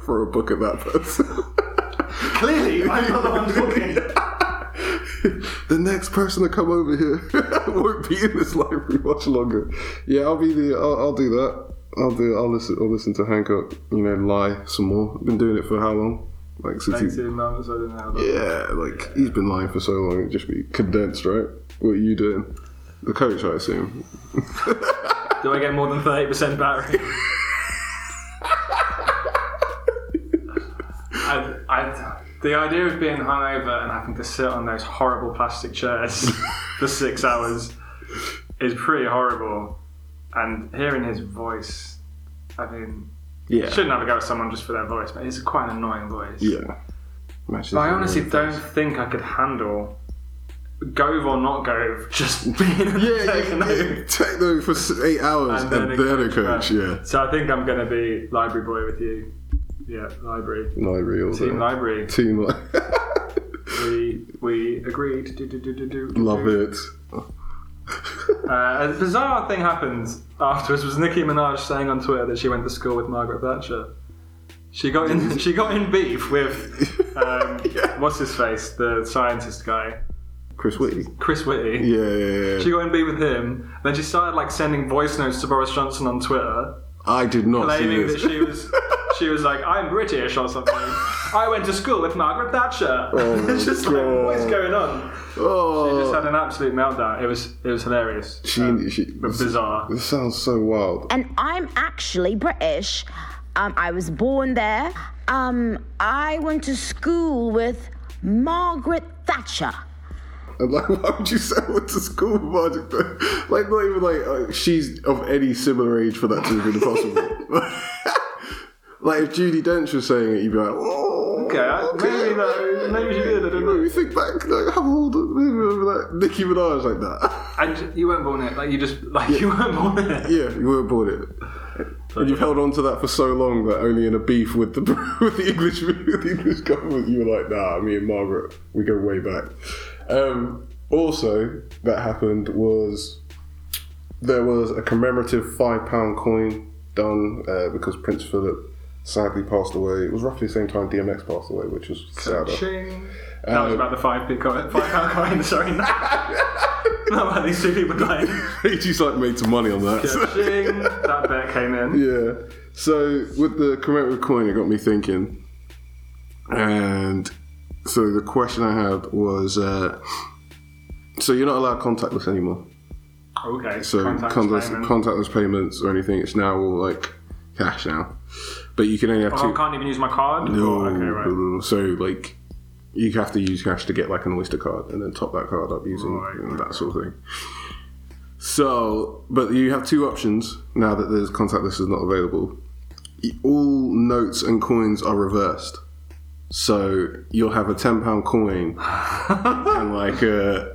[SPEAKER 2] throw a book at that [LAUGHS] person.
[SPEAKER 1] Clearly, I'm not the one
[SPEAKER 2] [LAUGHS]
[SPEAKER 1] talking.
[SPEAKER 2] the next person to come over here [LAUGHS] won't be in this library much longer. Yeah, I'll be the. I'll, I'll do that. I'll do. I'll listen. I'll listen to Hancock. You know, lie some more. Been doing it for how long? Like since he,
[SPEAKER 8] 18 months, I don't know how long.
[SPEAKER 2] Yeah, like he's been lying for so long, it'd just be condensed, right? What are you doing? The coach, I assume.
[SPEAKER 1] Do I get more than 30%
[SPEAKER 2] [LAUGHS]
[SPEAKER 1] battery? I, I, the idea of being hungover and having to sit on those horrible plastic
[SPEAKER 2] [LAUGHS]
[SPEAKER 1] chairs for six hours is pretty horrible. And hearing his voice, I mean,
[SPEAKER 2] Yeah.
[SPEAKER 1] you shouldn't have a go at someone just for their voice, but it's quite an annoying voice.
[SPEAKER 2] Yeah. Matches
[SPEAKER 1] I honestly don't think I could handle Gove or not Gove just [LAUGHS] being in
[SPEAKER 2] Yeah,
[SPEAKER 1] the
[SPEAKER 2] you,
[SPEAKER 1] techno.
[SPEAKER 2] you techno for s- eight hours and, then a coach. Yeah,
[SPEAKER 1] So I think I'm going to be library boy with you. Yeah, library.
[SPEAKER 2] library all
[SPEAKER 1] Team
[SPEAKER 2] day. [LAUGHS]
[SPEAKER 1] library.
[SPEAKER 2] Team li-
[SPEAKER 1] [LAUGHS] We we agreed. Do, do, do, do, do, do.
[SPEAKER 2] Love it.
[SPEAKER 1] Uh, a bizarre thing happened afterwards was Nicki Minaj saying on Twitter that she went to school with Margaret Thatcher. She got
[SPEAKER 2] [LAUGHS]
[SPEAKER 1] in. She got in beef with um,
[SPEAKER 2] Yeah.
[SPEAKER 1] what's his face, the scientist guy,
[SPEAKER 2] Chris Whitty.
[SPEAKER 1] Chris Whitty.
[SPEAKER 2] Yeah, yeah,
[SPEAKER 1] She
[SPEAKER 2] yeah.
[SPEAKER 1] got in beef with him. Then she started like sending voice notes to Boris Johnson on Twitter,
[SPEAKER 2] I did not see
[SPEAKER 1] claiming that
[SPEAKER 2] this.
[SPEAKER 1] she was she was like, "I'm British" or something. I went to school with Margaret Thatcher. [LAUGHS]
[SPEAKER 2] Oh,
[SPEAKER 1] it's just like, what is
[SPEAKER 2] God.
[SPEAKER 1] going on?
[SPEAKER 2] oh,
[SPEAKER 1] She just had an absolute meltdown. It was it was hilarious.
[SPEAKER 2] [LAUGHS] she, she,
[SPEAKER 1] [LAUGHS] But bizarre.
[SPEAKER 2] This sounds so wild.
[SPEAKER 9] and I'm actually British. Um, I was born there. Um, I went to school with Margaret Thatcher.
[SPEAKER 2] And like, why would you send her to school with Margaret? Thatcher? Like, not even like uh, she's of any similar age for that to have been possible. [LAUGHS] like, if Judy Dench was saying it, you'd be like, oh,
[SPEAKER 1] Okay, I- maybe that- maybe she did, I don't know.
[SPEAKER 2] Maybe think back, like, how old? Maybe like Nicki Minaj like that.
[SPEAKER 1] And j- you weren't born it. Like you just like you weren't born it.
[SPEAKER 2] yeah, you were born it. And you've held on to that for so long that only in a beef with the [LAUGHS] with the English with the English government, you were like, nah, me and Margaret, we go way back. Um, also, that happened was there was a commemorative five pound coin done uh, because Prince Philip sadly passed away. It was roughly the same time DMX passed away, which was sadder.
[SPEAKER 1] Ching. That
[SPEAKER 2] Um,
[SPEAKER 1] was about the five big coin, five pound coin.
[SPEAKER 2] [LAUGHS]
[SPEAKER 1] Sorry, no. Not about these two people dying.
[SPEAKER 2] He [LAUGHS] just like made some money on that.
[SPEAKER 1] Ching. That bet came in.
[SPEAKER 2] Yeah. So with the commemorative coin, it got me thinking. And so the question I had was, uh, so you're not allowed contactless anymore.
[SPEAKER 1] Okay.
[SPEAKER 2] So
[SPEAKER 1] contact
[SPEAKER 2] contactless,
[SPEAKER 1] payment.
[SPEAKER 2] contactless payments or anything, it's now all like cash now. But you can only have
[SPEAKER 1] Oh,
[SPEAKER 2] two.
[SPEAKER 1] I can't even use my card.
[SPEAKER 2] No,
[SPEAKER 1] Oh, okay, right.
[SPEAKER 2] So like, you have to use cash to get like an Oyster card, and then top that card up using
[SPEAKER 1] Right.
[SPEAKER 2] you know, that sort of thing. So, but you have two options now that there's contactless is not available. Y- All notes and coins are reversed. So you'll have a ten
[SPEAKER 1] [LAUGHS]
[SPEAKER 2] pound coin and like a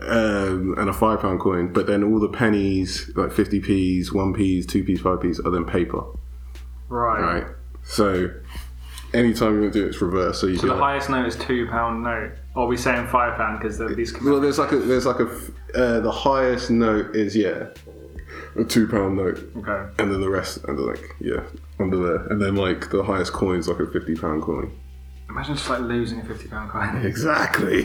[SPEAKER 2] um, and a five pound coin, but then all the pennies, like fifty p's, one p's, two p's, five p's, are then paper,
[SPEAKER 1] Right.
[SPEAKER 2] right? So anytime you want to do it, it's reversed. So you
[SPEAKER 1] So
[SPEAKER 2] can
[SPEAKER 1] the highest note is two pound note. Or are we saying five pound because these can
[SPEAKER 2] Well, there's like a there's like a f- uh, the highest note is yeah, a two pound note,
[SPEAKER 1] okay.
[SPEAKER 2] and then the rest under like yeah under there, and then like the highest coin is like a fifty pound coin.
[SPEAKER 1] Imagine just like losing a fifty pound
[SPEAKER 2] [LAUGHS]
[SPEAKER 1] coin.
[SPEAKER 2] Exactly.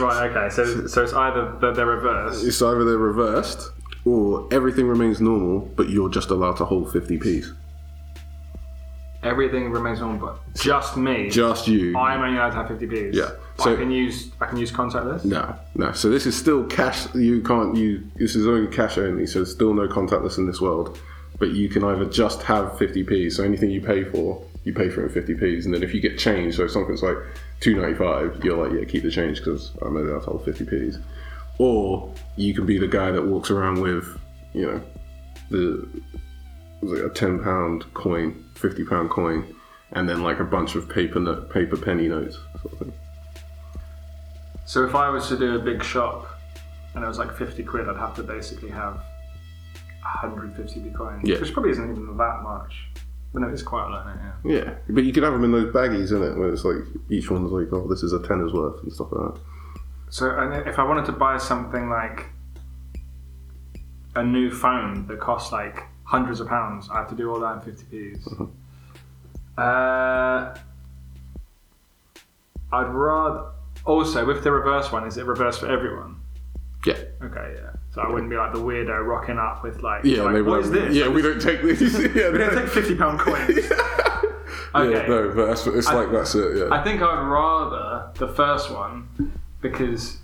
[SPEAKER 1] right. Okay. So so it's either that they're reversed.
[SPEAKER 2] it's either they're reversed or everything remains normal, but you're just allowed to hold fifty p's.
[SPEAKER 1] Everything remains normal, but just me.
[SPEAKER 2] Just you.
[SPEAKER 1] I'm only allowed to have fifty p's.
[SPEAKER 2] Yeah,
[SPEAKER 1] I
[SPEAKER 2] so-
[SPEAKER 1] can use I can use contactless.
[SPEAKER 2] no, no. So this is still cash. You can't. You this is only cash only. So there's still no contactless in this world. But you can either just have 50p. So anything you pay for, you pay for it in 50p's, and then if you get change, so if something's like 2.95, you're like, yeah, keep the change because I'm only allowed to hold 50p's. Or you can be the guy that walks around with, you know, the was it a 10 pound coin, 50 pound coin, and then like a bunch of paper no- paper penny notes, sort of thing.
[SPEAKER 1] So if I was to do a big shop and it was like fifty quid, I'd have to basically have hundred fifty p coins,
[SPEAKER 2] Yeah.
[SPEAKER 1] which probably isn't even that much. But no, it's quite a lot. isn't it? Yeah.
[SPEAKER 2] Yeah, but you could have them in those baggies, innit? Where it's like each one's like, oh, this is a tenner's worth and stuff like that.
[SPEAKER 1] So, and if I wanted to buy something like a
[SPEAKER 2] Mm-hmm.
[SPEAKER 1] new phone that costs like hundreds of pounds, I have to do all that in 50p's. Uh, I'd rather. Also, with the reverse one, is it reverse for everyone?
[SPEAKER 2] Yeah.
[SPEAKER 1] Okay, yeah. So I wouldn't be like the weirdo rocking up with like,
[SPEAKER 2] Yeah,
[SPEAKER 1] like,
[SPEAKER 2] they
[SPEAKER 1] what
[SPEAKER 2] were-
[SPEAKER 1] is this?
[SPEAKER 2] Yeah, we don't take these. [LAUGHS] yeah,
[SPEAKER 1] We're gonna take
[SPEAKER 2] [LAUGHS]
[SPEAKER 1] fifty pound coins. okay.
[SPEAKER 2] Yeah, no, but that's, it's like that's it. Yeah,
[SPEAKER 1] I think I'd rather the first one because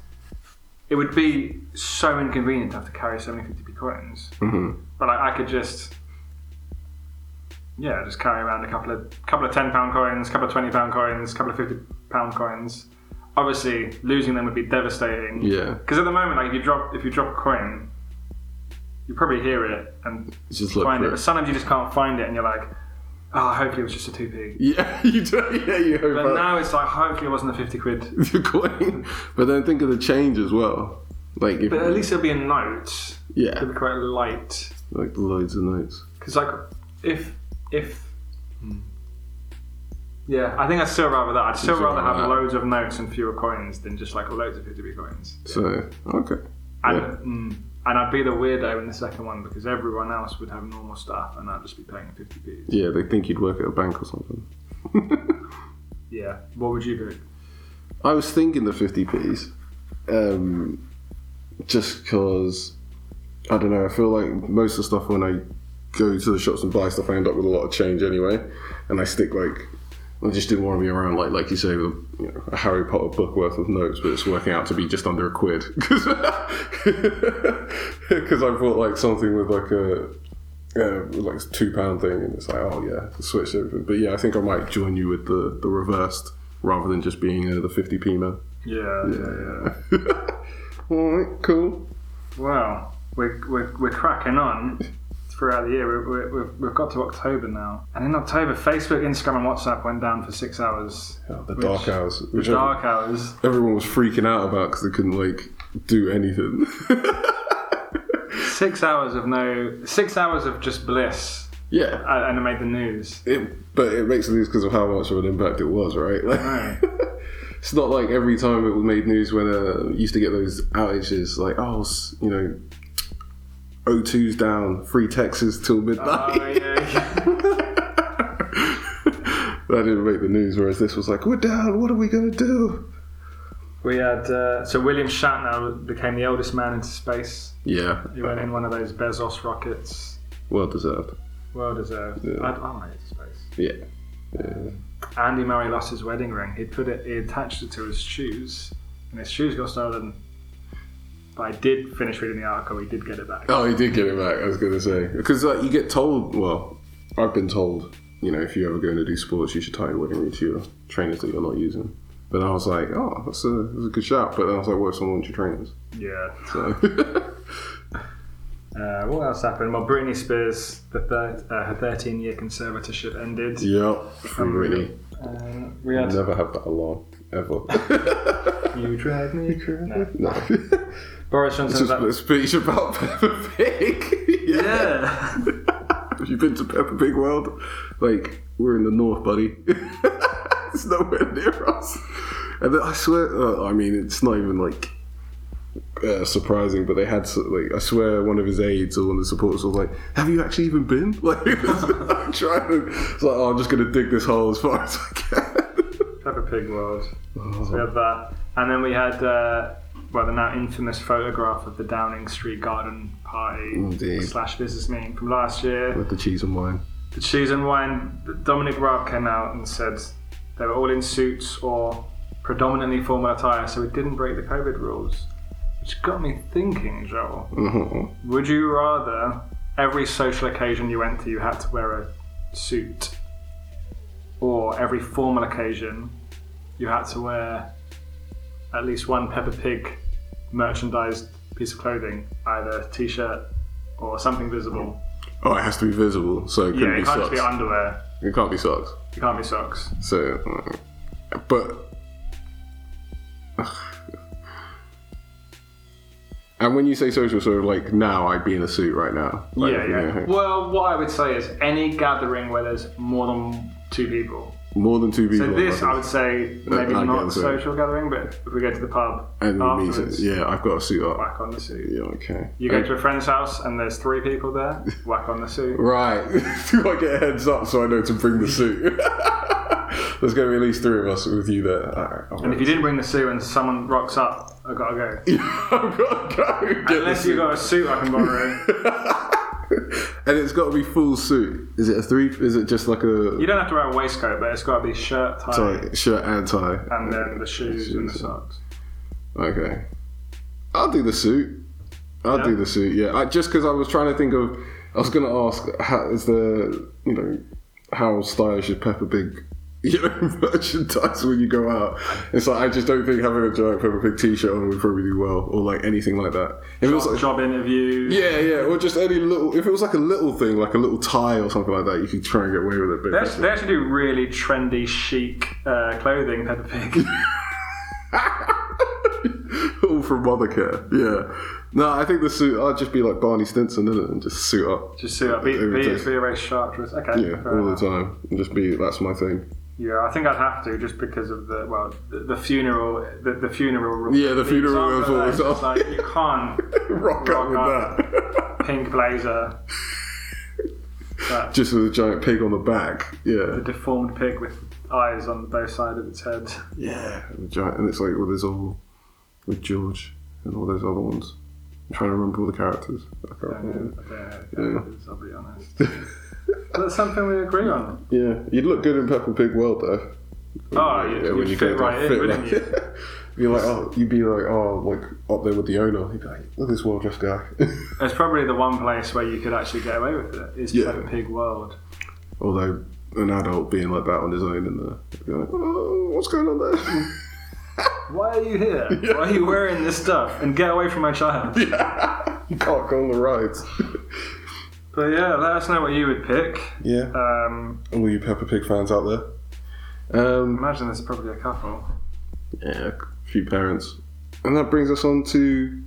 [SPEAKER 1] it would be so inconvenient to have to carry so many 50p coins. Mm-hmm. But I, I could just, yeah, just carry around a couple of couple of ten pound coins, couple of twenty pound coins, couple of fifty pound coins. Obviously, losing them would be devastating.
[SPEAKER 2] yeah.
[SPEAKER 1] Because at the moment, like if you drop if you drop a coin, you probably hear it and
[SPEAKER 2] Just look
[SPEAKER 1] find
[SPEAKER 2] for
[SPEAKER 1] it. But sometimes you just can't find it, and you're like, oh, hopefully it was just a two p.
[SPEAKER 2] Yeah, [LAUGHS] you do. Yeah, you hope.
[SPEAKER 1] But
[SPEAKER 2] [LAUGHS]
[SPEAKER 1] now it's like, hopefully it wasn't a 50 quid.
[SPEAKER 2] your coin. But then think of the change as well. Like, if,
[SPEAKER 1] But at least it'll be a note.
[SPEAKER 2] yeah,
[SPEAKER 1] It'll be quite light.
[SPEAKER 2] like loads of notes.
[SPEAKER 1] Because, like, if. if Hmm. Yeah, I think I'd still rather that. I'd still
[SPEAKER 2] Still
[SPEAKER 1] rather have
[SPEAKER 2] rather that.
[SPEAKER 1] loads of notes and fewer coins than just, like, loads of 50p coins.
[SPEAKER 2] So okay,
[SPEAKER 1] And,
[SPEAKER 2] Yeah.
[SPEAKER 1] mm, and I'd be the weirdo in the second one because everyone else would have normal stuff and I'd just be paying 50p.
[SPEAKER 2] yeah, they think you'd work at a bank or something.
[SPEAKER 1] Yeah. What would you do?
[SPEAKER 2] I was thinking the fifty p's, um, just because I don't know. I feel like most of the stuff when I go to the shops and buy stuff, I end up with a lot of change anyway, and I stick like. I just didn't want to be around like like you say with you know, a Harry Potter book worth of notes, but it's working out to be just under a quid [LAUGHS] because I bought like something with like a uh, like a two pound thing, and it's like oh yeah, switch everything. But yeah, I think I might join you with the the reversed rather than just being uh, the fifty p man.
[SPEAKER 1] Yeah.
[SPEAKER 2] Yeah. All right, cool.
[SPEAKER 1] Well, we're, we're, we're cracking on throughout the year. We're, we're, we've- we've got to October now. And in October, Facebook, Instagram, and WhatsApp went down for six hours.
[SPEAKER 2] Oh, the dark hours, which
[SPEAKER 1] Dark hours.
[SPEAKER 2] everyone was freaking out about because they couldn't like do anything. [LAUGHS]
[SPEAKER 1] Six hours of no. Six hours of just bliss.
[SPEAKER 2] yeah,
[SPEAKER 1] And and it made the
[SPEAKER 2] [LAUGHS]
[SPEAKER 1] news.
[SPEAKER 2] it, but it makes it news because of how much of an impact it was, right? Like,
[SPEAKER 1] Right.
[SPEAKER 2] [LAUGHS] it's not like every time it was made news when uh, you used to get those outages, like oh, s- you know, O2's down, free Texas till midnight.
[SPEAKER 1] Oh, yeah.
[SPEAKER 2] [LAUGHS] that didn't make the news, whereas this was like, we're down, what are we gonna do?
[SPEAKER 1] we had. Uh, so William Shatner became the oldest man into space.
[SPEAKER 2] Yeah,
[SPEAKER 1] He went in one of those Bezos rockets.
[SPEAKER 2] well deserved.
[SPEAKER 1] Well deserved.
[SPEAKER 2] Yeah.
[SPEAKER 1] I'd, I like space.
[SPEAKER 2] Yeah, yeah.
[SPEAKER 1] Andy Murray lost his wedding ring. He put it, he attached it to his shoes, and his shoes got stolen. But I did finish reading the article. He did get it back.
[SPEAKER 2] Oh, he did get it back. I was going to say because like you get told. Well, I've been told. You know, if you're ever going to do sports, you should tie your wedding ring to your trainers that you're not using. But I was like, oh, that's a, that's a good shout. But then I was like, what if someone wants your trainers?
[SPEAKER 1] Yeah.
[SPEAKER 2] So [LAUGHS]
[SPEAKER 1] Uh, what else happened? Well, Britney Spears, the thir- uh, her 13-year conservatorship ended.
[SPEAKER 2] yeah, free Britney.
[SPEAKER 1] Uh, we had
[SPEAKER 2] Never have that alarm ever.
[SPEAKER 1] [LAUGHS] you drag me. crazy. No.
[SPEAKER 2] no, [LAUGHS]
[SPEAKER 1] Boris
[SPEAKER 2] it's
[SPEAKER 1] Johnson.
[SPEAKER 2] just a speech about [LAUGHS] Peppa Pig.
[SPEAKER 1] yeah.
[SPEAKER 2] [LAUGHS] Have you been to Peppa Pig World? Like, we're in the north, buddy. [LAUGHS] it's nowhere near us. And then, I swear, uh, I mean, it's not even like uh, surprising, but they had, so- like, I swear one of his aides or one of the supporters was like, Have you actually even been? [LAUGHS] Like, I'm trying to, it's like, oh, I'm just going to dig this hole as far [LAUGHS] as I can.
[SPEAKER 1] Peppa Pig world. So we had that, and then we had uh, well the now infamous photograph of the Downing Street garden party
[SPEAKER 2] Indeed.
[SPEAKER 1] slash business meeting from last year.
[SPEAKER 2] With the cheese and wine.
[SPEAKER 1] The cheese and wine. Dominic Raab came out and said they were all in suits or predominantly formal attire, so it didn't break the COVID rules. Which got me thinking, Joel.
[SPEAKER 2] Mm-hmm.
[SPEAKER 1] Would you rather every social occasion you went to you had to wear a suit, or every formal occasion you had to wear at least one Peppa Pig merchandised piece of clothing, either a t-shirt or something visible?
[SPEAKER 2] Oh, it has to be visible, so it couldn't
[SPEAKER 1] Yeah,
[SPEAKER 2] be
[SPEAKER 1] it can't just
[SPEAKER 2] socks.
[SPEAKER 1] be underwear.
[SPEAKER 2] it can't be socks.
[SPEAKER 1] It can't be socks.
[SPEAKER 2] So, uh, but. And when you say social, sort of like now, I'd be in a suit right now. Like,
[SPEAKER 1] yeah, yeah.
[SPEAKER 2] you know,
[SPEAKER 1] Well, what I would say is any gathering where there's more than two people,
[SPEAKER 2] More than two people.
[SPEAKER 1] So
[SPEAKER 2] are
[SPEAKER 1] this,
[SPEAKER 2] like-
[SPEAKER 1] I would say,
[SPEAKER 2] No,
[SPEAKER 1] maybe
[SPEAKER 2] I get
[SPEAKER 1] not
[SPEAKER 2] it.
[SPEAKER 1] a social gathering, but if we go to the pub
[SPEAKER 2] And the
[SPEAKER 1] afterwards,
[SPEAKER 2] music. Yeah, I've got a suit up.
[SPEAKER 1] whack on the suit.
[SPEAKER 2] Yeah, okay.
[SPEAKER 1] You go to a friend's house and there's three people
[SPEAKER 2] [LAUGHS]
[SPEAKER 1] there, whack on the suit.
[SPEAKER 2] Right. [LAUGHS] Do I get a heads up so I know to bring the suit? [LAUGHS] There's going to be at least three of us with you there. All right, I'll
[SPEAKER 1] And if you didn't bring the suit and someone rocks up, I gotta
[SPEAKER 2] [LAUGHS]
[SPEAKER 1] go.
[SPEAKER 2] I've got to go. and Get
[SPEAKER 1] Unless
[SPEAKER 2] the
[SPEAKER 1] you got a suit I can
[SPEAKER 2] [LAUGHS]
[SPEAKER 1] borrow.
[SPEAKER 2] suit. [LAUGHS] and it's got to be full suit. Is it a three? Is it just like a
[SPEAKER 1] You don't have to wear a waistcoat, but it's gotta be shirt, tie,
[SPEAKER 2] sorry, shirt and tie?
[SPEAKER 1] and then the shoes and the socks.
[SPEAKER 2] Okay. I'll do the suit. I'll do the suit. Yeah, I, just because I was trying to think of, I was going to ask, how is the you know how stylish is Pepper Pig? [LAUGHS] You know, merchandise when you go out. It's like I just don't think having a giant Pepper Pig T-shirt on would probably do well, or like anything like that. If it was like,
[SPEAKER 1] Job interview.
[SPEAKER 2] yeah, yeah, or just any little. If it was like a little thing, like a little tie or something like that, you could try and get away with it. But
[SPEAKER 1] They actually, they actually do really trendy, chic uh, clothing, Peppa Pig. [LAUGHS]
[SPEAKER 2] all from Mothercare. Yeah. No, I think the suit. I'd just be like Barney Stinson, innit, and just suit up.
[SPEAKER 1] Just suit up. Be,
[SPEAKER 2] It would
[SPEAKER 1] be,
[SPEAKER 2] take-
[SPEAKER 1] be a race shark dress. Okay.
[SPEAKER 2] Yeah,
[SPEAKER 1] fair
[SPEAKER 2] all the
[SPEAKER 1] enough.
[SPEAKER 2] time. And just be that's my thing.
[SPEAKER 1] Yeah, I think I'd have to just because of the well, the, the funeral, the, the funeral rule.
[SPEAKER 2] Yeah, the funeral
[SPEAKER 1] example
[SPEAKER 2] rules
[SPEAKER 1] of that
[SPEAKER 2] all
[SPEAKER 1] is
[SPEAKER 2] the
[SPEAKER 1] just
[SPEAKER 2] time.
[SPEAKER 1] Like
[SPEAKER 2] [LAUGHS]
[SPEAKER 1] you can't
[SPEAKER 2] Rock,
[SPEAKER 1] Rock
[SPEAKER 2] out with
[SPEAKER 1] up.
[SPEAKER 2] that. [LAUGHS]
[SPEAKER 1] pink blazer,
[SPEAKER 2] just with a giant pig on the back. Yeah.
[SPEAKER 1] the deformed pig with eyes on both sides of its head.
[SPEAKER 2] Yeah. And, a giant, and it's like well, there's all with George and all those other ones. I'm trying to remember all the characters. I can't remember.
[SPEAKER 1] Yeah,
[SPEAKER 2] Yeah.
[SPEAKER 1] I'll be honest. That's something we agree
[SPEAKER 2] [LAUGHS]
[SPEAKER 1] on.
[SPEAKER 2] Yeah. You'd look good in Peppa Pig World though.
[SPEAKER 1] Oh, you,
[SPEAKER 2] Yeah,
[SPEAKER 1] would
[SPEAKER 2] you
[SPEAKER 1] fit
[SPEAKER 2] go
[SPEAKER 1] right
[SPEAKER 2] to
[SPEAKER 1] in,
[SPEAKER 2] fit
[SPEAKER 1] wouldn't
[SPEAKER 2] right-
[SPEAKER 1] you?
[SPEAKER 2] [LAUGHS] You'd be like, oh, you'd be like, oh, like up there with the owner. He'd be like, look at this well dressed guy. [LAUGHS]
[SPEAKER 1] It's probably the one place where you could actually get away with it. Is
[SPEAKER 2] Yeah.
[SPEAKER 1] Peppa Pig World.
[SPEAKER 2] Although an adult being like that on his own in there, you'd be like, oh, what's going on there? [LAUGHS]
[SPEAKER 1] Why are you here? Why are you wearing this stuff? And get away from my child.
[SPEAKER 2] you can't go on the rides. [LAUGHS]
[SPEAKER 1] But yeah, let us know what you would pick.
[SPEAKER 2] yeah.
[SPEAKER 1] Um,
[SPEAKER 2] all you Peppa Pig fans out there. Um,
[SPEAKER 1] imagine there's probably a couple.
[SPEAKER 2] yeah, a few parents. And that brings us on to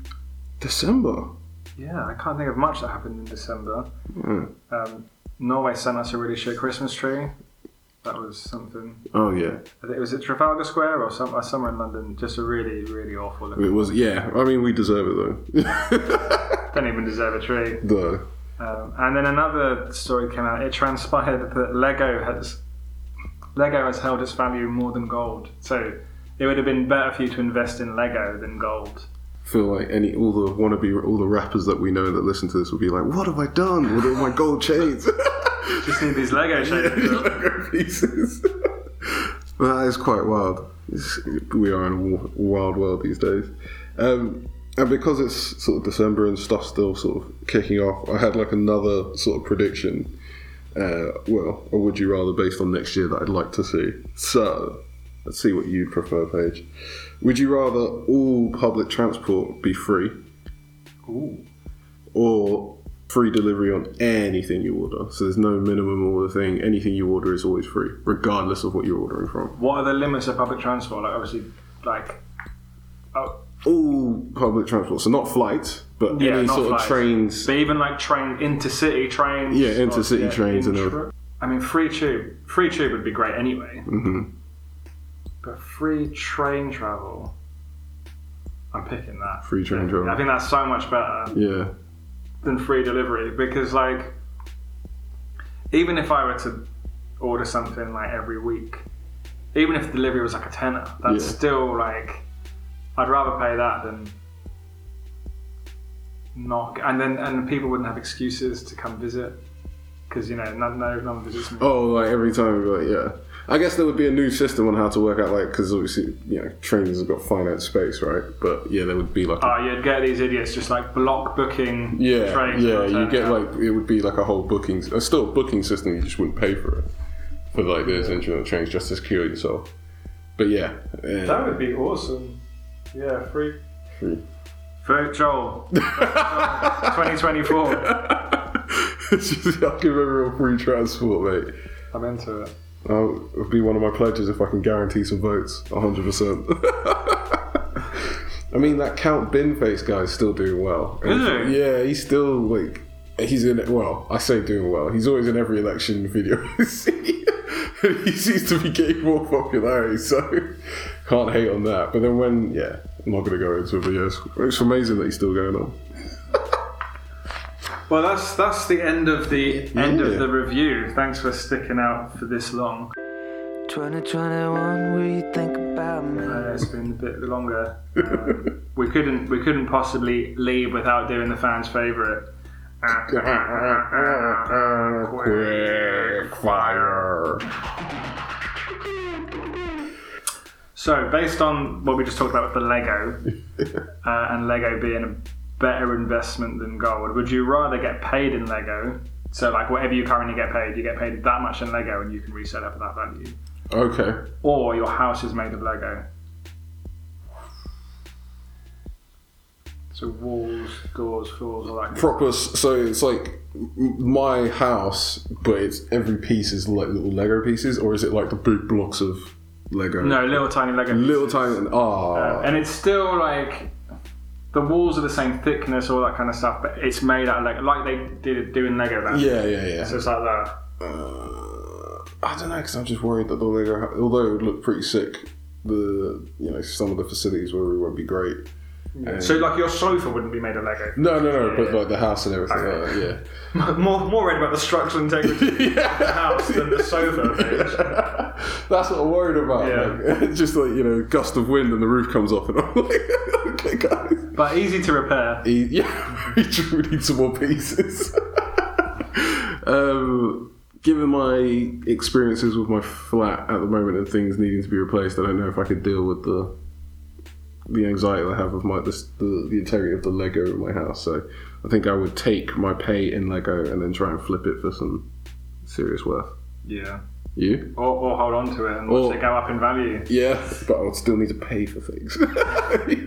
[SPEAKER 2] December.
[SPEAKER 1] Yeah, I can't think of much that happened in December. Um, Norway sent us a really shit Christmas tree. That was something.
[SPEAKER 2] Oh yeah,
[SPEAKER 1] I think, was it Trafalgar Square or some, uh, somewhere in London? Just a really, really awful look.
[SPEAKER 2] it was. Yeah, I mean we deserve it though. [LAUGHS]
[SPEAKER 1] Don't even deserve a tree.
[SPEAKER 2] though.
[SPEAKER 1] Um, and then another story came out. It transpired [LAUGHS] that Lego has Lego has held its value more than gold. So it would have been better for you to invest in Lego than gold.
[SPEAKER 2] Feel like any all the wannabe all the rappers that we know that listen to this will be like, what have I done with all my gold chains?
[SPEAKER 1] [LAUGHS] Just need these Lego shapes.
[SPEAKER 2] Lego pieces. [LAUGHS] Well, that is quite wild. It's- we are in a wa- wild world these days. Um, and because it's sort of December and stuff still sort of kicking off, I had like another sort of prediction. Uh, well, or would you rather based on next year that I'd like to see? So, let's see what you prefer, Paige. Would you rather all public transport be free? Or free delivery on anything you order. So there's no minimum order thing. Anything you order is always free, regardless of what you're ordering from.
[SPEAKER 1] What are the limits of public transport? Like obviously, like oh,
[SPEAKER 2] All public transport, so not flights, but
[SPEAKER 1] Yeah,
[SPEAKER 2] any
[SPEAKER 1] not
[SPEAKER 2] sort
[SPEAKER 1] flights.
[SPEAKER 2] of trains.
[SPEAKER 1] but even like train intercity trains.
[SPEAKER 2] Yeah,
[SPEAKER 1] or-
[SPEAKER 2] intercity
[SPEAKER 1] yeah,
[SPEAKER 2] trains and
[SPEAKER 1] intro- I mean, free tube, free tube would be great anyway. Mm-hmm. But free train travel, I'm picking that.
[SPEAKER 2] Free train travel.
[SPEAKER 1] I think that's so much better
[SPEAKER 2] Yeah,
[SPEAKER 1] than free delivery because like, even if I were to order something like every week, even if the delivery was like a tenner, that's
[SPEAKER 2] Yeah.
[SPEAKER 1] still like, I'd rather pay that than. Not and then and people wouldn't have excuses to come visit because you know none, no no one visits me.
[SPEAKER 2] Oh, like every time, but yeah. I guess there would be a new system on how to work out, like, because obviously, you know, trains have got finite space, right? But yeah, there would be like, a-
[SPEAKER 1] Oh, you'd get these idiots just like block booking
[SPEAKER 2] yeah,
[SPEAKER 1] trains.
[SPEAKER 2] yeah.
[SPEAKER 1] that
[SPEAKER 2] You
[SPEAKER 1] turn
[SPEAKER 2] get
[SPEAKER 1] up.
[SPEAKER 2] like it would be like a whole booking, uh, still a booking system. You just wouldn't pay for it for like the essential trains just to secure yourself. But yeah, yeah.
[SPEAKER 1] that would be awesome. Yeah, free.
[SPEAKER 2] Free. [LAUGHS]
[SPEAKER 1] For [LAUGHS] Joel, 2024.
[SPEAKER 2] It's just- I'll give everyone free transport, mate.
[SPEAKER 1] I'm into it.
[SPEAKER 2] I'll, it'll be one of my pledges if I can guarantee some votes, 100%. [LAUGHS] I mean, that Count Binface guy is still doing well.
[SPEAKER 1] Is he?
[SPEAKER 2] Yeah, he's still [LAUGHS] like, he's in it. Well, I say doing well. He's always in every election video I see. he seems to be getting more popularity, so [LAUGHS] can't hate on that. But then when, yeah, I'm not going to go into it, but yeah, it's, it's amazing that he's still going on. [LAUGHS]
[SPEAKER 1] Well, that's that's the end of the end
[SPEAKER 2] Yeah.
[SPEAKER 1] of the review. Thanks for sticking out for this long.
[SPEAKER 10] 2021, we think about me.
[SPEAKER 1] Uh, it's been a bit longer. Um, we couldn't we couldn't possibly leave without doing the fans' favourite. Uh,
[SPEAKER 2] Quick fire.
[SPEAKER 1] So, based on what we just talked about with the Lego uh, and Lego being a better investment than gold, would you rather get paid in Lego? So, like whatever you currently get paid, you get paid that much in Lego, and you can resell it for that value.
[SPEAKER 2] Okay.
[SPEAKER 1] Or your house is made of Lego. So walls, doors, floors, all that. Kind of
[SPEAKER 2] Proper, s- so it's like m- my house, but it's every piece is like little Lego pieces, or is it like the big blocks of Lego?
[SPEAKER 1] no, little tiny Lego.
[SPEAKER 2] Little
[SPEAKER 1] pieces.
[SPEAKER 2] tiny. Ah.
[SPEAKER 1] Um, and it's still like the walls are the same thickness, all that kind of stuff, but it's made out of Lego, like they did do in Lego Land.
[SPEAKER 2] yeah, yeah, yeah.
[SPEAKER 1] So it's like that.
[SPEAKER 2] Uh, I don't know because I'm just worried that the Lego, ha- although it would look pretty sick, the you know some of the facilities where we won't be great. And-
[SPEAKER 1] So like your sofa wouldn't be made of Lego.
[SPEAKER 2] no, no, no, but like the house and everything.
[SPEAKER 1] [LAUGHS]
[SPEAKER 2] uh,
[SPEAKER 1] more more worried about the structural integrity
[SPEAKER 2] [LAUGHS]
[SPEAKER 1] of the house than the sofa. Bitch.
[SPEAKER 2] yeah, that's what I'm worried about.
[SPEAKER 1] Yeah.
[SPEAKER 2] like, [LAUGHS] just like you know, gust of wind and the roof comes off, and I'm like, [LAUGHS] okay, guys.
[SPEAKER 1] But easy to repair.
[SPEAKER 2] E- Yeah, [LAUGHS] we do need some more pieces. [LAUGHS] um, given my experiences with my flat at the moment and things needing to be replaced, I don't know if I could deal with the the anxiety I have of my this, the the integrity of the Lego in my house. So I think I would take my pay in Lego and then try and flip it for some serious worth.
[SPEAKER 1] Yeah.
[SPEAKER 2] You?
[SPEAKER 1] Or, or hold on to it and watch
[SPEAKER 2] Or-
[SPEAKER 1] it go up in value.
[SPEAKER 2] Yeah, but I would still need to pay for things. [LAUGHS]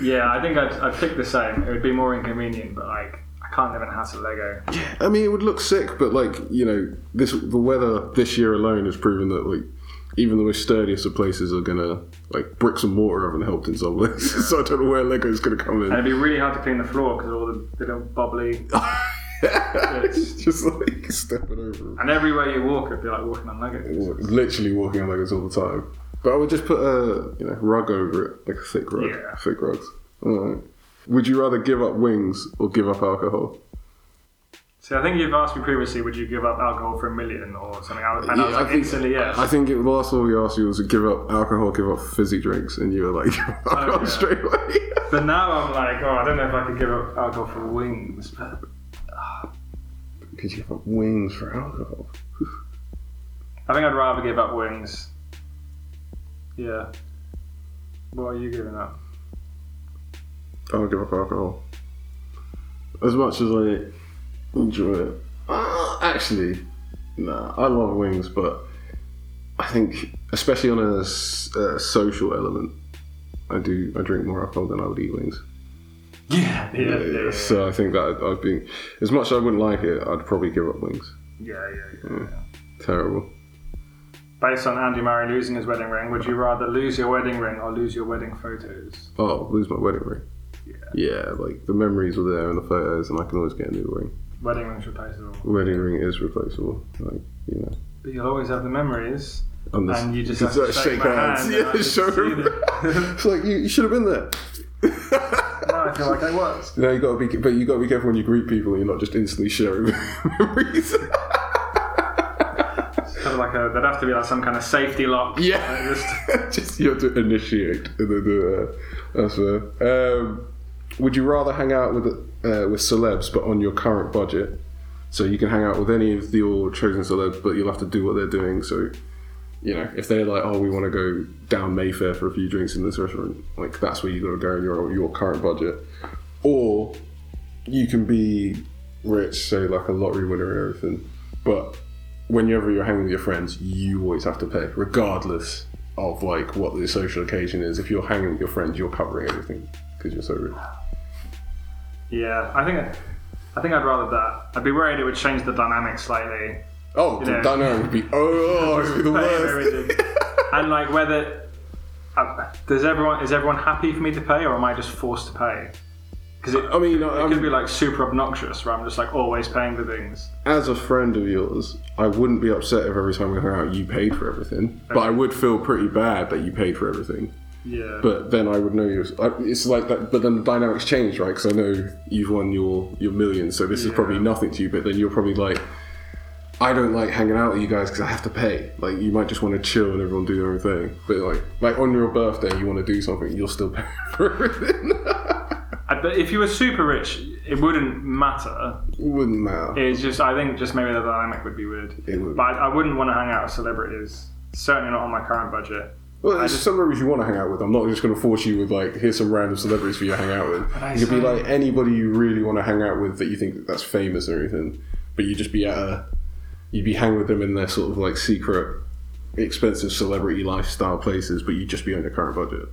[SPEAKER 1] Yeah, I think I'd, I'd pick the same. It would be more inconvenient, but like I can't live in a house of Lego.
[SPEAKER 2] I mean, it would look sick, but like you know, this the weather this year alone has proven that like even the most sturdiest of places are gonna like bricks and mortar haven't helped in some ways. [LAUGHS] so I don't know where Lego's gonna come
[SPEAKER 1] And
[SPEAKER 2] in.
[SPEAKER 1] it'd be really hard to clean the floor because all the, the little [LAUGHS] bubbly.
[SPEAKER 2] [LAUGHS] It's just like stepping over,
[SPEAKER 1] And everywhere you walk, it'd be like walking on Lego.
[SPEAKER 2] literally walking on Legos all the time. But I would just put a you know rug over it, like a thick rug,
[SPEAKER 1] Yeah.
[SPEAKER 2] thick rugs. All right. Would you rather give up wings or give up alcohol?
[SPEAKER 1] See, I think you've asked me previously, would you give up alcohol for a million or something? I was- And I was
[SPEAKER 2] Yeah, I
[SPEAKER 1] like,
[SPEAKER 2] think-
[SPEAKER 1] instantly yes.
[SPEAKER 2] I think it, the last one we asked you was to give up alcohol, give up fizzy drinks, and you were like, [LAUGHS] alcohol
[SPEAKER 1] yeah.
[SPEAKER 2] straight away. [LAUGHS]
[SPEAKER 1] but now I'm like, oh, I don't know if I could give up alcohol for wings. But
[SPEAKER 2] Could you give up wings for alcohol?
[SPEAKER 1] I think I'd rather give up wings. Yeah. What are you giving up?
[SPEAKER 2] I'll give up alcohol. As much as I enjoy it. Uh, actually, nah, I love wings, but I think, especially on a, s- a social element, I do. I drink more alcohol than I would eat wings.
[SPEAKER 1] Yeah, yeah, yeah. Yeah,
[SPEAKER 2] So I think that I've been, as much as I wouldn't like it, I'd probably give up wings.
[SPEAKER 1] yeah, yeah. yeah.
[SPEAKER 2] Terrible.
[SPEAKER 1] Based on Andy Murray losing his wedding ring, would you rather lose your wedding ring or lose your wedding photos?
[SPEAKER 2] oh, lose my wedding ring. Yeah, like the memories were there in the photos, and I can always get a new ring.
[SPEAKER 1] Wedding rings replaceable.
[SPEAKER 2] Wedding ring is replaceable, like you know.
[SPEAKER 1] But you'll always have the memories.
[SPEAKER 2] I'm
[SPEAKER 1] And you just
[SPEAKER 2] it's
[SPEAKER 1] have to
[SPEAKER 2] like
[SPEAKER 1] shake my hand, and I
[SPEAKER 2] Yeah,
[SPEAKER 1] just
[SPEAKER 2] show
[SPEAKER 1] see
[SPEAKER 2] him.
[SPEAKER 1] the- [LAUGHS]
[SPEAKER 2] [LAUGHS] it's like you, you should have been there.
[SPEAKER 1] No, I feel like I was.
[SPEAKER 2] No, you gotta be, but you gotta be careful when you greet people. You're not just instantly sharing [LAUGHS] memories. [LAUGHS]
[SPEAKER 1] Kind of like a, there'd have to be like some kind of safety lock.
[SPEAKER 2] Yeah.
[SPEAKER 1] Like just-
[SPEAKER 2] just [LAUGHS] you have to initiate and then do that. That's fair. Um, would you rather hang out with uh, with celebs but on your current budget? So you can hang out with any of your chosen celebs, but you'll have to do what they're doing. So, you know, if they're like, "Oh, we want to go down Mayfair for a few drinks in this restaurant," like that's where you got to go in your your current budget. Or you can be rich, so like a lottery winner and everything, but whenever you're hanging with your friends, you always have to pay, regardless of like what the social occasion is. If you're hanging with your friends, you're covering everything because you're so rich.
[SPEAKER 1] yeah, I think I, I think I'd rather that. I'd be worried it would change the dynamic slightly.
[SPEAKER 2] Oh,
[SPEAKER 1] You know.
[SPEAKER 2] Dynamo would be oh, it would be the
[SPEAKER 1] Pay
[SPEAKER 2] worst.
[SPEAKER 1] everything. and like whether uh, does everyone is everyone happy for me to pay or am I just forced to pay? Because it,
[SPEAKER 2] [LAUGHS] I mean, um,
[SPEAKER 1] it
[SPEAKER 2] I'm-
[SPEAKER 1] could be like super obnoxious, where I'm just like always paying for things.
[SPEAKER 2] As a friend of yours, I wouldn't be upset if every time we hung out you paid for everything, but I would feel pretty bad that you paid for everything.
[SPEAKER 1] Yeah.
[SPEAKER 2] But then I would know you. I- It's like that. But then the dynamics change, right? Because I know you've won your your millions, so this is probably nothing to you. But then you're probably like, I don't like hanging out with you guys because I have to pay. Like you might just want to chill and everyone do their own thing. But like like on your birthday, you want to do something, you'll still pay [LAUGHS] for everything.
[SPEAKER 1] I- but if you were super rich, it wouldn't matter.
[SPEAKER 2] Wouldn't matter.
[SPEAKER 1] It's just I think just maybe the dynamic would be weird.
[SPEAKER 2] It would.
[SPEAKER 1] But I, I wouldn't want to hang out with celebrities. Certainly not on my current budget.
[SPEAKER 2] Well, there's celebrities you want to hang out with. I'm not just going to force you with like here's some random celebrities for you to hang out with. You could be like anybody you really want to hang out with that you think that's famous or anything, but you just be at a you'd be hanging with them in their sort of like secret, expensive celebrity lifestyle places, but you'd just be on your current budget.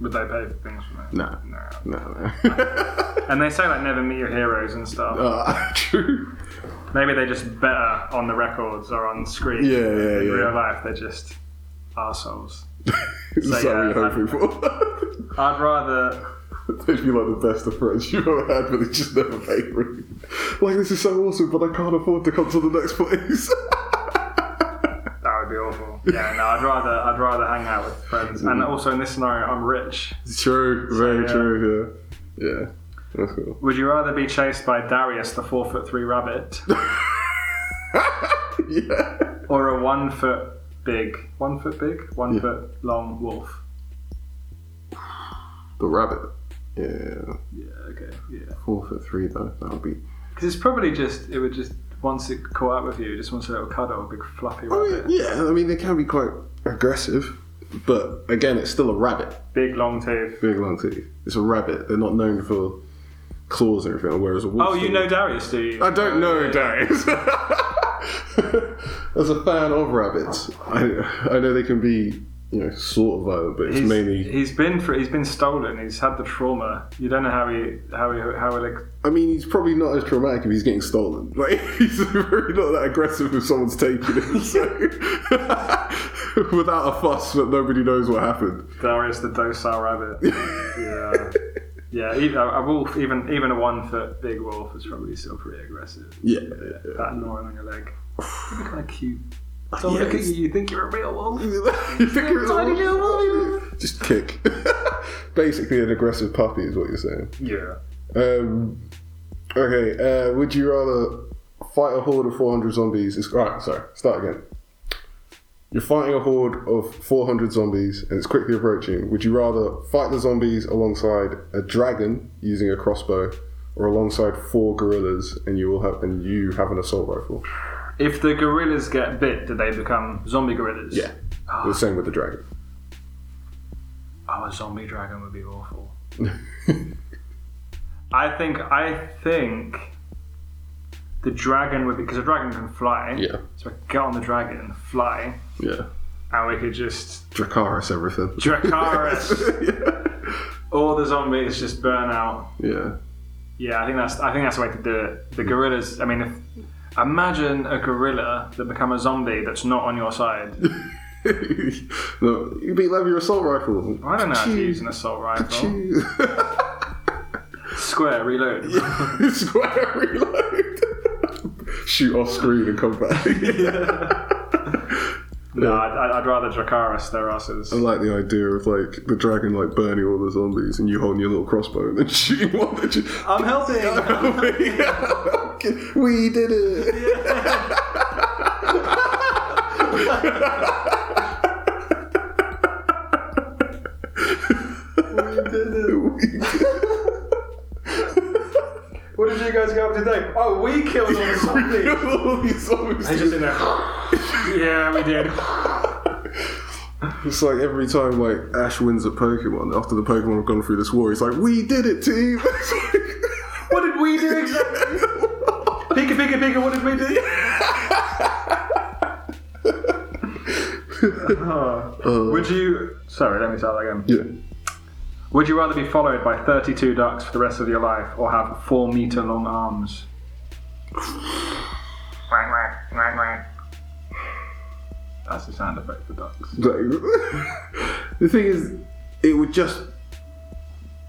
[SPEAKER 1] Would they pay for things for me?
[SPEAKER 2] Nah,
[SPEAKER 1] No.
[SPEAKER 2] no, no. [LAUGHS]
[SPEAKER 1] And they say like never meet your heroes and stuff.
[SPEAKER 2] uh, true. [LAUGHS]
[SPEAKER 1] Maybe they're just better on the records or on screen.
[SPEAKER 2] Yeah, yeah,
[SPEAKER 1] In
[SPEAKER 2] yeah.
[SPEAKER 1] real life, they're just arseholes.
[SPEAKER 2] Is that
[SPEAKER 1] yeah,
[SPEAKER 2] what you're
[SPEAKER 1] I'm-
[SPEAKER 2] hoping for? [LAUGHS]
[SPEAKER 1] I'd rather
[SPEAKER 2] They'd be like the best of friends you've ever had, but they just never pay for it. Like this is so awesome, but I can't afford to come to the next place. [LAUGHS]
[SPEAKER 1] that would be awful. Yeah, no, I'd rather I'd rather hang out with
[SPEAKER 2] Mm.
[SPEAKER 1] friends. And also in this scenario, I'm rich.
[SPEAKER 2] True, very
[SPEAKER 1] yeah.
[SPEAKER 2] true. Yeah, yeah. That's cool. [LAUGHS]
[SPEAKER 1] Would you rather be chased by Darius, the four foot three rabbit,
[SPEAKER 2] yeah.
[SPEAKER 1] or a one foot big, one foot big, one foot long wolf?
[SPEAKER 2] The rabbit. Yeah,
[SPEAKER 1] Yeah, okay, yeah.
[SPEAKER 2] four foot three though. That would be.
[SPEAKER 1] Because it's probably just it would just once it caught up with you, it just wants a little cuddle, a big fluffy
[SPEAKER 2] I
[SPEAKER 1] rabbit,
[SPEAKER 2] mean, Oh, yeah, I mean they can be quite aggressive, but again, it's still a rabbit.
[SPEAKER 1] big long teeth.
[SPEAKER 2] Big long teeth. It's a rabbit. They're not known for claws or anything. Whereas a wolf.
[SPEAKER 1] Oh, you know Darius, do you?
[SPEAKER 2] I don't know, Darius. [LAUGHS] As a fan of rabbits, I I know they can be you know sort of violent, but it's
[SPEAKER 1] He's,
[SPEAKER 2] mainly
[SPEAKER 1] he's been for, he's been stolen. He's had the trauma. You don't know how he how he how he like.
[SPEAKER 2] I mean, he's probably not as traumatic if he's getting stolen. [LAUGHS] Like, he's really not that aggressive if someone's taking it. So. [LAUGHS] Without a fuss that nobody knows what happened. [LAUGHS]
[SPEAKER 1] Darius the docile rabbit. yeah, yeah. Even, a a wolf, even even a one foot big wolf is probably still pretty aggressive.
[SPEAKER 2] Yeah.
[SPEAKER 1] That gnawing on your leg. You're kind of
[SPEAKER 2] [SIGHS]
[SPEAKER 1] cute. So
[SPEAKER 2] Yeah,
[SPEAKER 1] look at
[SPEAKER 2] it's-
[SPEAKER 1] you. You think you're a real wolf?
[SPEAKER 2] [LAUGHS] You think you're- Just kick. [LAUGHS] Basically, an aggressive puppy is what you're saying.
[SPEAKER 1] Yeah.
[SPEAKER 2] Um, okay, uh, would you rather fight a horde of 400 zombies? It's, right, sorry, start again. You're fighting a horde of 400 zombies and it's quickly approaching. Would you rather fight the zombies alongside a dragon using a crossbow or alongside four gorillas and you will have and you have an assault rifle?
[SPEAKER 1] If the gorillas get bit, do they become zombie gorillas?
[SPEAKER 2] Yeah. The same with the dragon.
[SPEAKER 1] Oh, a zombie dragon would be
[SPEAKER 2] [LAUGHS]
[SPEAKER 1] awful. I think I think the dragon would be because a dragon can fly.
[SPEAKER 2] Yeah.
[SPEAKER 1] So I could get on the dragon and fly,
[SPEAKER 2] Yeah.
[SPEAKER 1] and we could just
[SPEAKER 2] Dracaris everything.
[SPEAKER 1] Dracaris.
[SPEAKER 2] yeah.
[SPEAKER 1] all the zombies just burn out.
[SPEAKER 2] [LAUGHS] Yeah.
[SPEAKER 1] Yeah, I think that's I think that's the way to do it. The gorillas. I mean, if, imagine a gorilla that become a zombie that's not on your side.
[SPEAKER 2] no, you'd be left with your assault rifle.
[SPEAKER 1] I don't know how to use an assault rifle. [LAUGHS] Square reload.
[SPEAKER 2] Square reload. [LAUGHS] Shoot off screen and come back.
[SPEAKER 1] No, I'd, I'd rather Dracaris their asses.
[SPEAKER 2] I like the idea of like the dragon like burning all the zombies and you holding your little crossbow and then [LAUGHS] shooting one that you.
[SPEAKER 1] I'm helping.
[SPEAKER 2] [LAUGHS] we did it.
[SPEAKER 1] [LAUGHS] What did you guys go up today? Oh, we killed [LAUGHS] all the zombies.
[SPEAKER 2] [LAUGHS] all these zombies.
[SPEAKER 1] He's just in [LAUGHS] there. yeah, we did.
[SPEAKER 2] It's like every time like Ash wins at Pokemon after the Pokemon have gone through this war, he's like, "We did it, team." [LAUGHS]
[SPEAKER 1] What did we do [LAUGHS] exactly? Pika, pika, pika, what did we do? Oh. Would you. Sorry, let me start that again.
[SPEAKER 2] yeah.
[SPEAKER 1] Would you rather be followed by 32 ducks for the rest of your life or have 4 meter long arms? That's the sound
[SPEAKER 2] [LAUGHS]
[SPEAKER 1] effect for ducks.
[SPEAKER 2] Like, the thing is, it would just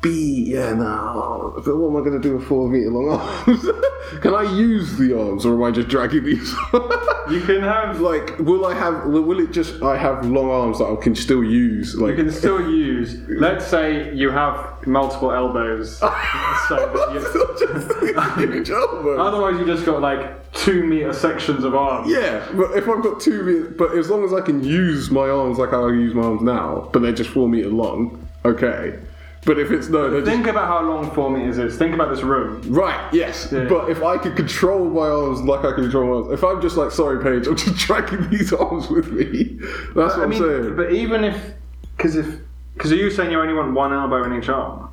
[SPEAKER 2] be yeah no. But what am I going to do with four meter long arms? [LAUGHS] Can I use the arms, or am I just dragging these?
[SPEAKER 1] You can have like
[SPEAKER 2] [LAUGHS] like, will I have? Will it just? I have long arms that I can still use.
[SPEAKER 1] you
[SPEAKER 2] Like, [LAUGHS]
[SPEAKER 1] can still use. Let's say you have multiple [LAUGHS] elbows. so that you,
[SPEAKER 2] huge
[SPEAKER 1] [LAUGHS]
[SPEAKER 2] elbow.
[SPEAKER 1] otherwise, you just got like two meter sections of arms.
[SPEAKER 2] Yeah, but if I've got two, meter, but as long as I can use my arms like I use my arms now, but they're just four meter long, okay. But if it's no, they're just
[SPEAKER 1] Think about how long four meters is. Think about this room.
[SPEAKER 2] Right, yes. But if I could control my arms like I can control my arms, if I'm just like, sorry, Paige, I'm just [LAUGHS] dragging these arms with me. That's what
[SPEAKER 1] I
[SPEAKER 2] I'm
[SPEAKER 1] mean,
[SPEAKER 2] saying.
[SPEAKER 1] but even if, because if, because are you saying you only want one elbow in each arm?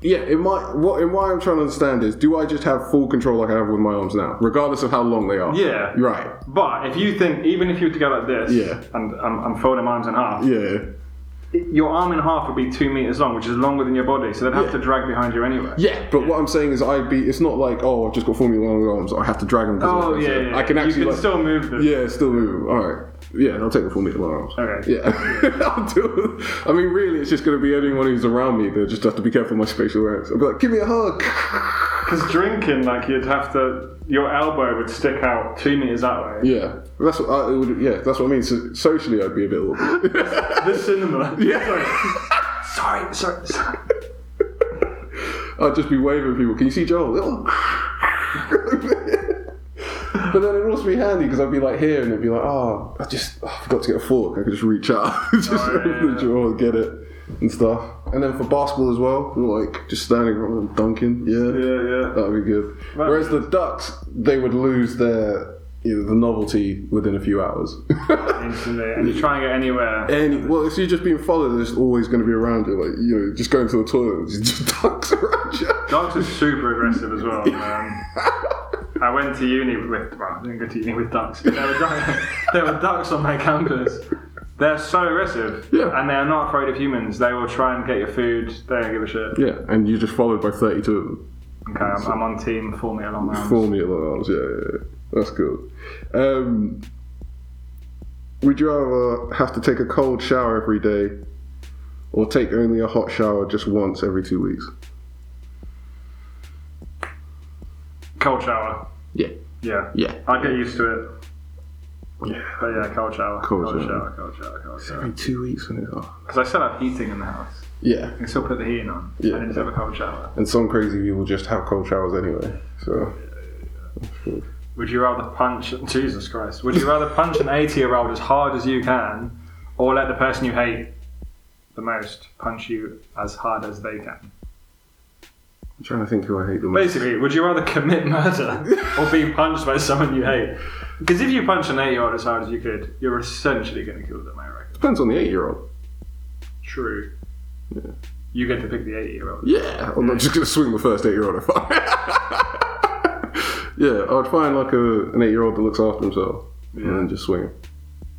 [SPEAKER 2] yeah, in my what in what I'm trying to understand is do I just have full control like I have with my arms now, regardless of how long they are?
[SPEAKER 1] Yeah.
[SPEAKER 2] Right.
[SPEAKER 1] But if you think, even if you were to go like this,
[SPEAKER 2] Yeah.
[SPEAKER 1] and I'm, I'm folding my arms in half,
[SPEAKER 2] Yeah.
[SPEAKER 1] your arm in half would be two meters long, which is longer than your body, so they'd have
[SPEAKER 2] Yeah.
[SPEAKER 1] to drag behind you anyway.
[SPEAKER 2] Yeah. But what I'm saying is I'd be it's not like, oh I've just got four meter long arms, I have to drag them because
[SPEAKER 1] Oh
[SPEAKER 2] I,
[SPEAKER 1] yeah, yeah.
[SPEAKER 2] I can actually
[SPEAKER 1] you can
[SPEAKER 2] like,
[SPEAKER 1] still move them.
[SPEAKER 2] Yeah, still moving. All right. Yeah, I'll take the four meter long arms.
[SPEAKER 1] Okay.
[SPEAKER 2] Yeah, [LAUGHS] I'll do it. I mean, really, it's just going to be anyone who's around me. They just have to be careful of my spatial awareness. I'll be like, give me a hug.
[SPEAKER 1] Because drinking, like you'd have to, your elbow would stick out two meters that way.
[SPEAKER 2] Yeah, that's what I it would. Yeah, that's what I mean. So socially, I'd be a bit awkward. [LAUGHS]
[SPEAKER 1] The cinema.
[SPEAKER 2] yeah,
[SPEAKER 1] sorry, sorry, sorry.
[SPEAKER 2] I'd just be waving at people. Can you see Joel? [LAUGHS] Oh. but then it'd also be handy because I'd be like here, and it'd be like, oh, I just oh, I forgot to get a fork. I could just reach out, [LAUGHS] just open the drawer, and get it, and stuff. And then for basketball as well, like just standing around and dunking.
[SPEAKER 1] Yeah, yeah.
[SPEAKER 2] That'd be good. Whereas the ducks, they would lose their you know, the novelty within a few hours.
[SPEAKER 1] Instantly, and you try and get anywhere.
[SPEAKER 2] and well, if you're just being followed, there's always going to be around you. Like you know, just going to the toilet, there's just [LAUGHS] ducks around you.
[SPEAKER 1] Dogs are super aggressive as well. Man. I went to uni with, well, I didn't go to uni with ducks. There were, [LAUGHS] ducks, there were ducks on my campus. They're so aggressive.
[SPEAKER 2] Yeah.
[SPEAKER 1] And they're not afraid of humans. They will try and get your food. They don't give a shit.
[SPEAKER 2] [LAUGHS] Yeah, and you're just followed by 32 of them.
[SPEAKER 1] Okay, I'm, I'm on team four meter long arms.
[SPEAKER 2] Four meter long arms. Yeah, yeah, yeah. that's cool. Um, would you rather have to take a cold shower every day, or take only a hot shower just once every two weeks?
[SPEAKER 1] Cold shower.
[SPEAKER 2] Yeah,
[SPEAKER 1] Yeah.
[SPEAKER 2] yeah.
[SPEAKER 1] I get used to it.
[SPEAKER 2] Yeah.
[SPEAKER 1] But yeah, cold shower.
[SPEAKER 2] Cold shower.
[SPEAKER 1] shower. Cold shower. Cold shower.
[SPEAKER 2] Every two weeks, when it oh.
[SPEAKER 1] Because I still have heating in the house.
[SPEAKER 2] Yeah,
[SPEAKER 1] I can still put the heating on.
[SPEAKER 2] Yeah.
[SPEAKER 1] I didn't have a cold shower.
[SPEAKER 2] and some crazy people just have cold showers anyway. So
[SPEAKER 1] Would you rather punch Jesus Christ? Would you rather punch an eighty-year-old as hard as you can, or let the person you hate the most punch you as hard as they can?
[SPEAKER 2] I'm trying to think who I hate the most.
[SPEAKER 1] Basically, would you rather commit murder or be punched by someone you hate? Because if you punch an eight-year-old as hard as you could, you're essentially going to kill them. I reckon.
[SPEAKER 2] Depends on the eight-year-old.
[SPEAKER 1] True. You get to pick the eight-year-old.
[SPEAKER 2] Yeah, Oh, I'm not just gonna swing the first eight-year-old [LAUGHS] I find. yeah, I'd find like a, an eight-year-old that looks after himself and then just swing him.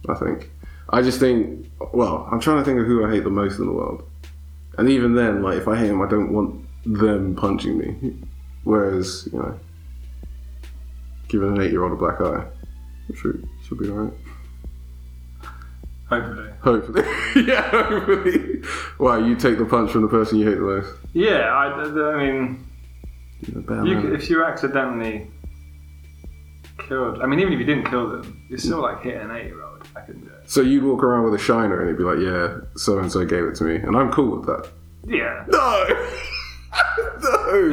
[SPEAKER 2] I think. I just think. Well, I'm trying to think of who I hate the most in the world, and even then, like if I hate him, I don't want them punching me. Whereas, you know, giving an eight-year-old a black eye, should should be alright.
[SPEAKER 1] Hopefully.
[SPEAKER 2] Hopefully, [LAUGHS] yeah, hopefully. Wow, you take the punch from the person you hate the most.
[SPEAKER 1] Yeah, I, I mean,
[SPEAKER 2] You're a bad
[SPEAKER 1] You,
[SPEAKER 2] man.
[SPEAKER 1] c- if you accidentally killed, I mean, even if you didn't kill them, you're still like hitting an eight-year-old. I couldn't do it.
[SPEAKER 2] So you'd walk around with a shiner and it'd be like, yeah, so and so gave it to me, and I'm cool with that.
[SPEAKER 1] Yeah.
[SPEAKER 2] No,
[SPEAKER 1] If
[SPEAKER 2] [LAUGHS]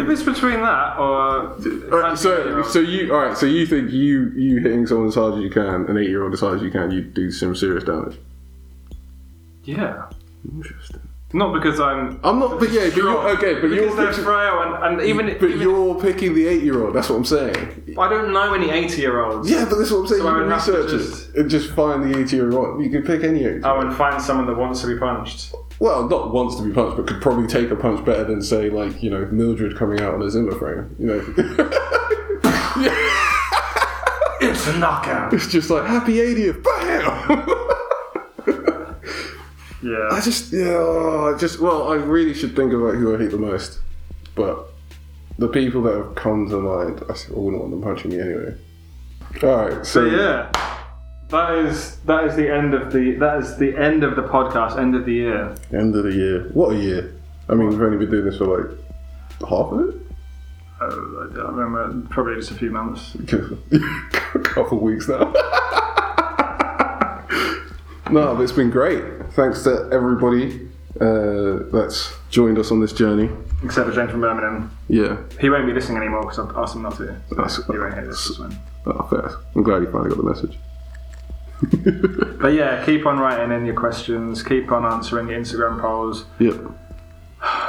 [SPEAKER 2] no.
[SPEAKER 1] it's between that or
[SPEAKER 2] All right, so, so you, all right, so you think you you hitting someone as hard as you can, an eight year old as hard as you can, you do some serious damage.
[SPEAKER 1] yeah,
[SPEAKER 2] Interesting.
[SPEAKER 1] not because I'm.
[SPEAKER 2] I'm not, but Oh, yeah, but you're
[SPEAKER 1] strong,
[SPEAKER 2] okay, but
[SPEAKER 1] because
[SPEAKER 2] you're
[SPEAKER 1] they're
[SPEAKER 2] picking,
[SPEAKER 1] frail, and, and even,
[SPEAKER 2] but
[SPEAKER 1] even
[SPEAKER 2] you're picking the eight year old. That's what I'm saying.
[SPEAKER 1] I don't know any eighty-year-olds.
[SPEAKER 2] Yeah, but that's what I'm saying.
[SPEAKER 1] So I
[SPEAKER 2] you
[SPEAKER 1] would
[SPEAKER 2] can
[SPEAKER 1] have to
[SPEAKER 2] research
[SPEAKER 1] just-
[SPEAKER 2] it and just find the eight year old. You could pick any age.
[SPEAKER 1] Oh, and find someone that wants to be punched.
[SPEAKER 2] Well, not wants to be punched, but could probably take a punch better than say, like you know, Mildred coming out on a Zimmer frame. You know, [LAUGHS]
[SPEAKER 1] It's a knockout.
[SPEAKER 2] it's just like happy 80th, bam. [LAUGHS] I
[SPEAKER 1] Yeah.
[SPEAKER 2] just yeah, oh, I just well, I really should think about who I hate the most, but the people that have come to mind, I s- I wouldn't want them punching me anyway. All right,
[SPEAKER 1] So
[SPEAKER 2] so,
[SPEAKER 1] yeah, that is that is the end of the that is the end of the podcast, end of the year.
[SPEAKER 2] end of the year. What a year! I mean, we've only been doing this for like half of it?
[SPEAKER 1] Uh, I don't remember, probably just a few months.
[SPEAKER 2] a [LAUGHS] couple of weeks now. [LAUGHS] no, but it's been great. Thanks to everybody uh, that's joined us on this journey.
[SPEAKER 1] Except for James from Birmingham.
[SPEAKER 2] Yeah,
[SPEAKER 1] He won't be listening anymore because I've asked him not to.
[SPEAKER 2] That's-
[SPEAKER 1] So he won't hear this. this one.
[SPEAKER 2] oh, fair. I'm glad you finally got the message.
[SPEAKER 1] But yeah, keep on writing in your questions. Keep on answering your Instagram polls.
[SPEAKER 2] Yep.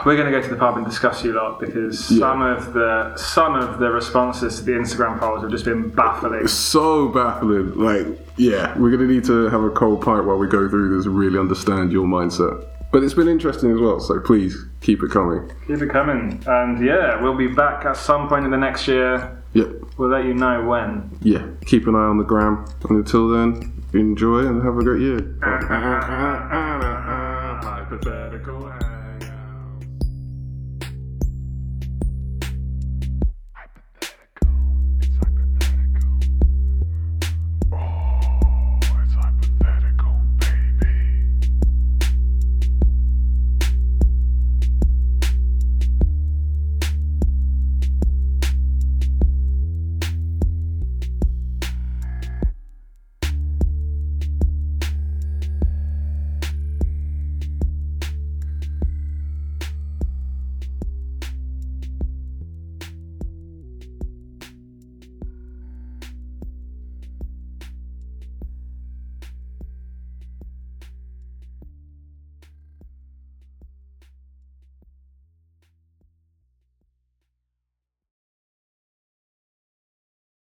[SPEAKER 1] We're going to go to the pub and discuss you lot because
[SPEAKER 2] Yeah.
[SPEAKER 1] some of the some of the responses to the Instagram polls have just been baffling.
[SPEAKER 2] So baffling. Like, yeah, we're going to need to have a cold pint while we go through this and really understand your mindset. But it's been interesting as well, so please keep it coming.
[SPEAKER 1] Keep it coming, and yeah, we'll be back at some point in the next year.
[SPEAKER 2] Yep.
[SPEAKER 1] We'll let you know when.
[SPEAKER 2] Yeah, keep an eye on the gram. And until then, enjoy and have a great year.
[SPEAKER 1] Hypothetical.